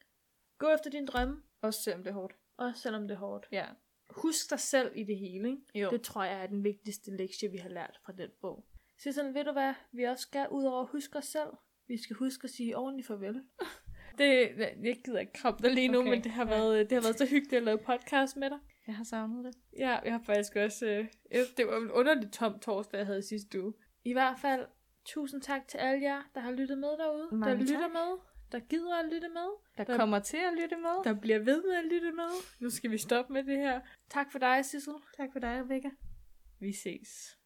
C: Gå efter din drømme,
B: Også selvom det er hårdt.
C: også selvom det er hårdt.
B: Ja.
C: Husk dig selv i det hele. Ikke?
B: Jo.
C: Det tror jeg er den vigtigste lektie, vi har lært fra den bog. Så sådan, ved du hvad, vi også skal ud over at huske os selv. Vi skal huske at sige ordentligt farvel. <laughs> Det, jeg gider ikke komme der lige nu,
B: Okay.
C: okay. men det har, været, det har været så hyggeligt at lave podcast med dig.
B: Jeg har savnet det.
C: Ja, jeg har faktisk også... Øh, jeg- det var en underlig tom torsdag, jeg havde sidste uge. I hvert fald, tusind tak til alle jer, der har lyttet med derude.
B: Mange
C: der lytter
B: tak.
C: med, der gider at lytte med,
B: Der,
C: Der-
B: kommer til at lytte med.
C: der bliver ved med at lytte med. Nu skal vi stoppe med det her. Tak for dig, Sissel.
B: Tak for dig, Rebecca.
C: Vi ses.